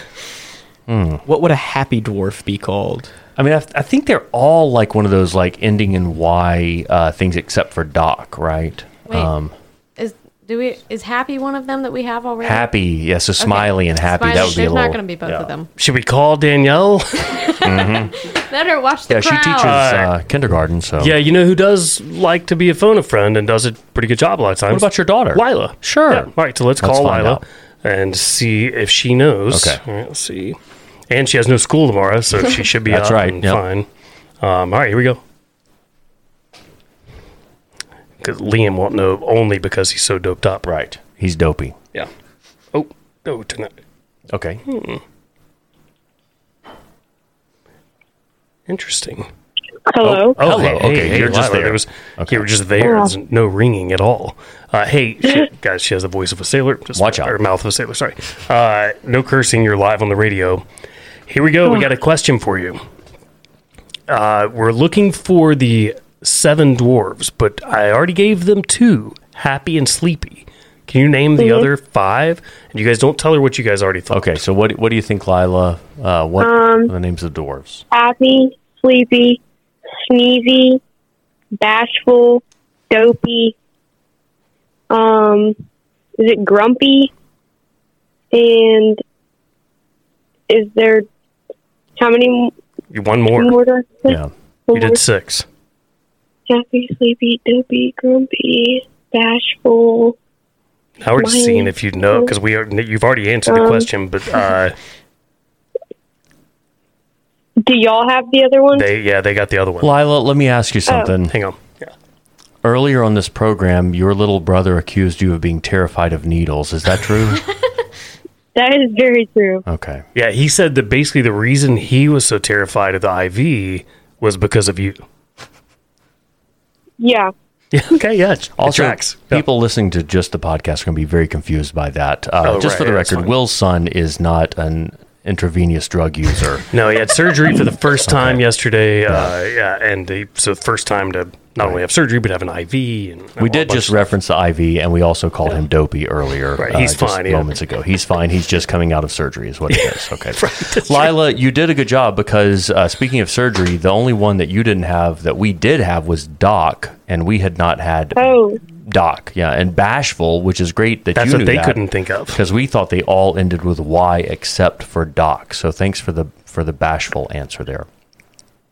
Speaker 7: What would a happy dwarf be called?
Speaker 4: I mean, I, I think they're all like one of those like ending in y uh, things, except for doc, right?
Speaker 5: Wait.
Speaker 4: Um,
Speaker 5: Is do we is happy one of them that we have already?
Speaker 4: Happy, yes, so
Speaker 5: Okay.
Speaker 4: smiley and happy.
Speaker 5: Smiley,
Speaker 4: that would be
Speaker 5: There's
Speaker 4: a
Speaker 5: not
Speaker 4: little.
Speaker 5: going to be both of them.
Speaker 1: Should we call Danielle?
Speaker 5: Better watch the
Speaker 4: Yeah, she
Speaker 5: crowd.
Speaker 4: teaches uh,
Speaker 1: Alright.
Speaker 4: kindergarten, so
Speaker 1: yeah, you know who does like to be a phone a friend and does a pretty good job a lot of times?
Speaker 4: What about your daughter?
Speaker 1: Lila.
Speaker 4: Sure.
Speaker 1: Yeah. All right, so let's,
Speaker 4: Let's
Speaker 1: call
Speaker 4: find
Speaker 1: Lila
Speaker 4: out.
Speaker 1: and see if she knows.
Speaker 4: Okay.
Speaker 1: All right, let's see. And she has no school tomorrow, so she should be
Speaker 4: That's
Speaker 1: up
Speaker 4: right,
Speaker 1: and
Speaker 4: yep.
Speaker 1: fine. Um, all right, here we go. Because Liam won't know only because he's so doped up.
Speaker 4: right. He's dopey.
Speaker 1: Yeah. Oh, oh, tonight.
Speaker 4: Okay.
Speaker 1: Interesting.
Speaker 9: Hello.
Speaker 1: Oh,
Speaker 4: Hello.
Speaker 1: hey, hey,
Speaker 4: Okay,
Speaker 1: hey,
Speaker 4: you're just
Speaker 1: Lila,
Speaker 4: there.
Speaker 1: was,
Speaker 4: Okay.
Speaker 1: You were just there. There's no ringing at all. Uh, hey, she, guys, she has the voice of a sailor. Just,
Speaker 4: Watch out.
Speaker 1: Or mouth of a sailor, sorry. Uh, no cursing. You're live on the radio. Here we go. We got a question for you. Uh, we're looking for the seven dwarves, but I already gave them two Happy and Sleepy. Can you name the other five? And you guys don't tell her what you guys already thought.
Speaker 4: Okay. So what what do you think, Lila? Uh, what
Speaker 1: Um,
Speaker 4: are the names of dwarves?
Speaker 9: Happy, sleepy, sneezy, bashful, dopey. Um,
Speaker 10: Is it grumpy? And is there how many
Speaker 1: You one more.
Speaker 10: more? to-
Speaker 1: Yeah. You
Speaker 10: One more?
Speaker 1: did six.
Speaker 10: Happy, sleepy, dopey, grumpy, bashful.
Speaker 1: Howard's
Speaker 10: Mine-
Speaker 1: seeing if you know because we are. You've already answered the
Speaker 10: Um,
Speaker 1: question, but uh,
Speaker 10: Do y'all have the other one?
Speaker 1: they yeah they got the other one.
Speaker 4: Lila, let me ask you something.
Speaker 1: Hang on.
Speaker 4: Earlier on this program, your little brother accused you of being terrified of needles. Is that true?
Speaker 10: That is very true.
Speaker 4: okay.
Speaker 1: Yeah, he said that basically the reason he was so terrified of the IV was because of you. Yeah.
Speaker 10: Yeah.
Speaker 1: Okay. Yeah. it- it
Speaker 4: Also,
Speaker 1: tracks.
Speaker 4: people listening to just the podcast are going to be very confused by that. Uh,
Speaker 1: Oh,
Speaker 4: just
Speaker 1: right,
Speaker 4: for the
Speaker 1: yeah, that's
Speaker 4: record,
Speaker 1: fine.
Speaker 4: Will's son is not an intravenous drug user.
Speaker 1: No, he had surgery for the first time yesterday. Uh, yeah, and he, so first time to not only have surgery but have an IV. And
Speaker 4: we did just reference the IV, and we also called him dopey earlier. uh,
Speaker 1: Right, he's
Speaker 4: just
Speaker 1: fine, yeah.
Speaker 4: Moments ago, he's fine. He's just coming out of surgery, is what it is. Okay, Lila, you did a good job because uh, speaking of surgery, the only one that you didn't have that we did have was Doc, and we had not had
Speaker 10: Oh,
Speaker 4: Doc. Yeah, and Bashful, which is great that
Speaker 1: That's
Speaker 4: you
Speaker 1: what
Speaker 4: knew
Speaker 1: they
Speaker 4: that,
Speaker 1: couldn't think of.
Speaker 4: because we thought they all ended with Y except for Doc. So thanks for the for the Bashful answer there.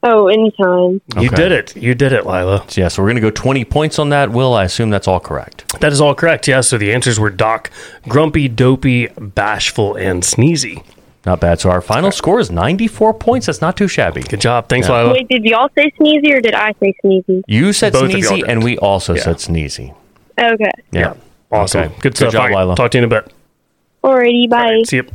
Speaker 10: oh, anytime.
Speaker 1: You
Speaker 4: Okay.
Speaker 1: did it. You did it, Lila.
Speaker 4: So yeah, so we're gonna go twenty points on that. Will I assume that's all correct?
Speaker 1: That is all correct. Yeah. So the answers were Doc, Grumpy, Dopey, Bashful, and Sneezy.
Speaker 4: Not bad. So our final score is 94 points. That's not too shabby.
Speaker 1: Good job. Thanks,
Speaker 4: Yeah.
Speaker 1: Lila.
Speaker 10: Wait, did y'all say sneezy or did I say sneezy?
Speaker 4: You said
Speaker 1: Both of y'all
Speaker 4: sneezy,
Speaker 1: did.
Speaker 4: and we also
Speaker 1: Yeah.
Speaker 4: said sneezy.
Speaker 10: Okay.
Speaker 4: Yeah.
Speaker 1: Awesome.
Speaker 4: Okay.
Speaker 1: Good, stuff.
Speaker 4: job,
Speaker 1: All right,
Speaker 4: Lila.
Speaker 1: Talk to you in a bit.
Speaker 10: Alrighty, bye.
Speaker 1: See you.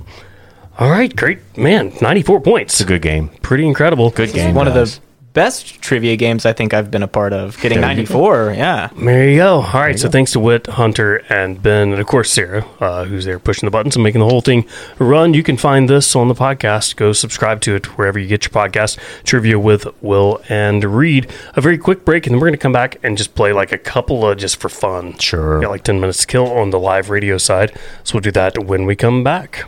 Speaker 1: All right. Great man. Ninety-four points.
Speaker 4: It's a good game.
Speaker 1: Pretty incredible.
Speaker 4: Good game.
Speaker 7: One
Speaker 4: guys.
Speaker 7: of the best trivia games I think I've been a part of. Getting 94, yeah.
Speaker 1: There you go. All right. So thanks to Whit, Hunter, and Ben, and of course Sarah, uh, who's there pushing the buttons and making the whole thing run. You can find this on the podcast. Go subscribe to it wherever you get your podcast. Trivia with Will and Reed. A very quick break, and then we're going to come back and just play like a couple of just for fun.
Speaker 4: Sure.
Speaker 1: Got like ten minutes to kill on the live radio side, so we'll do that when we come back.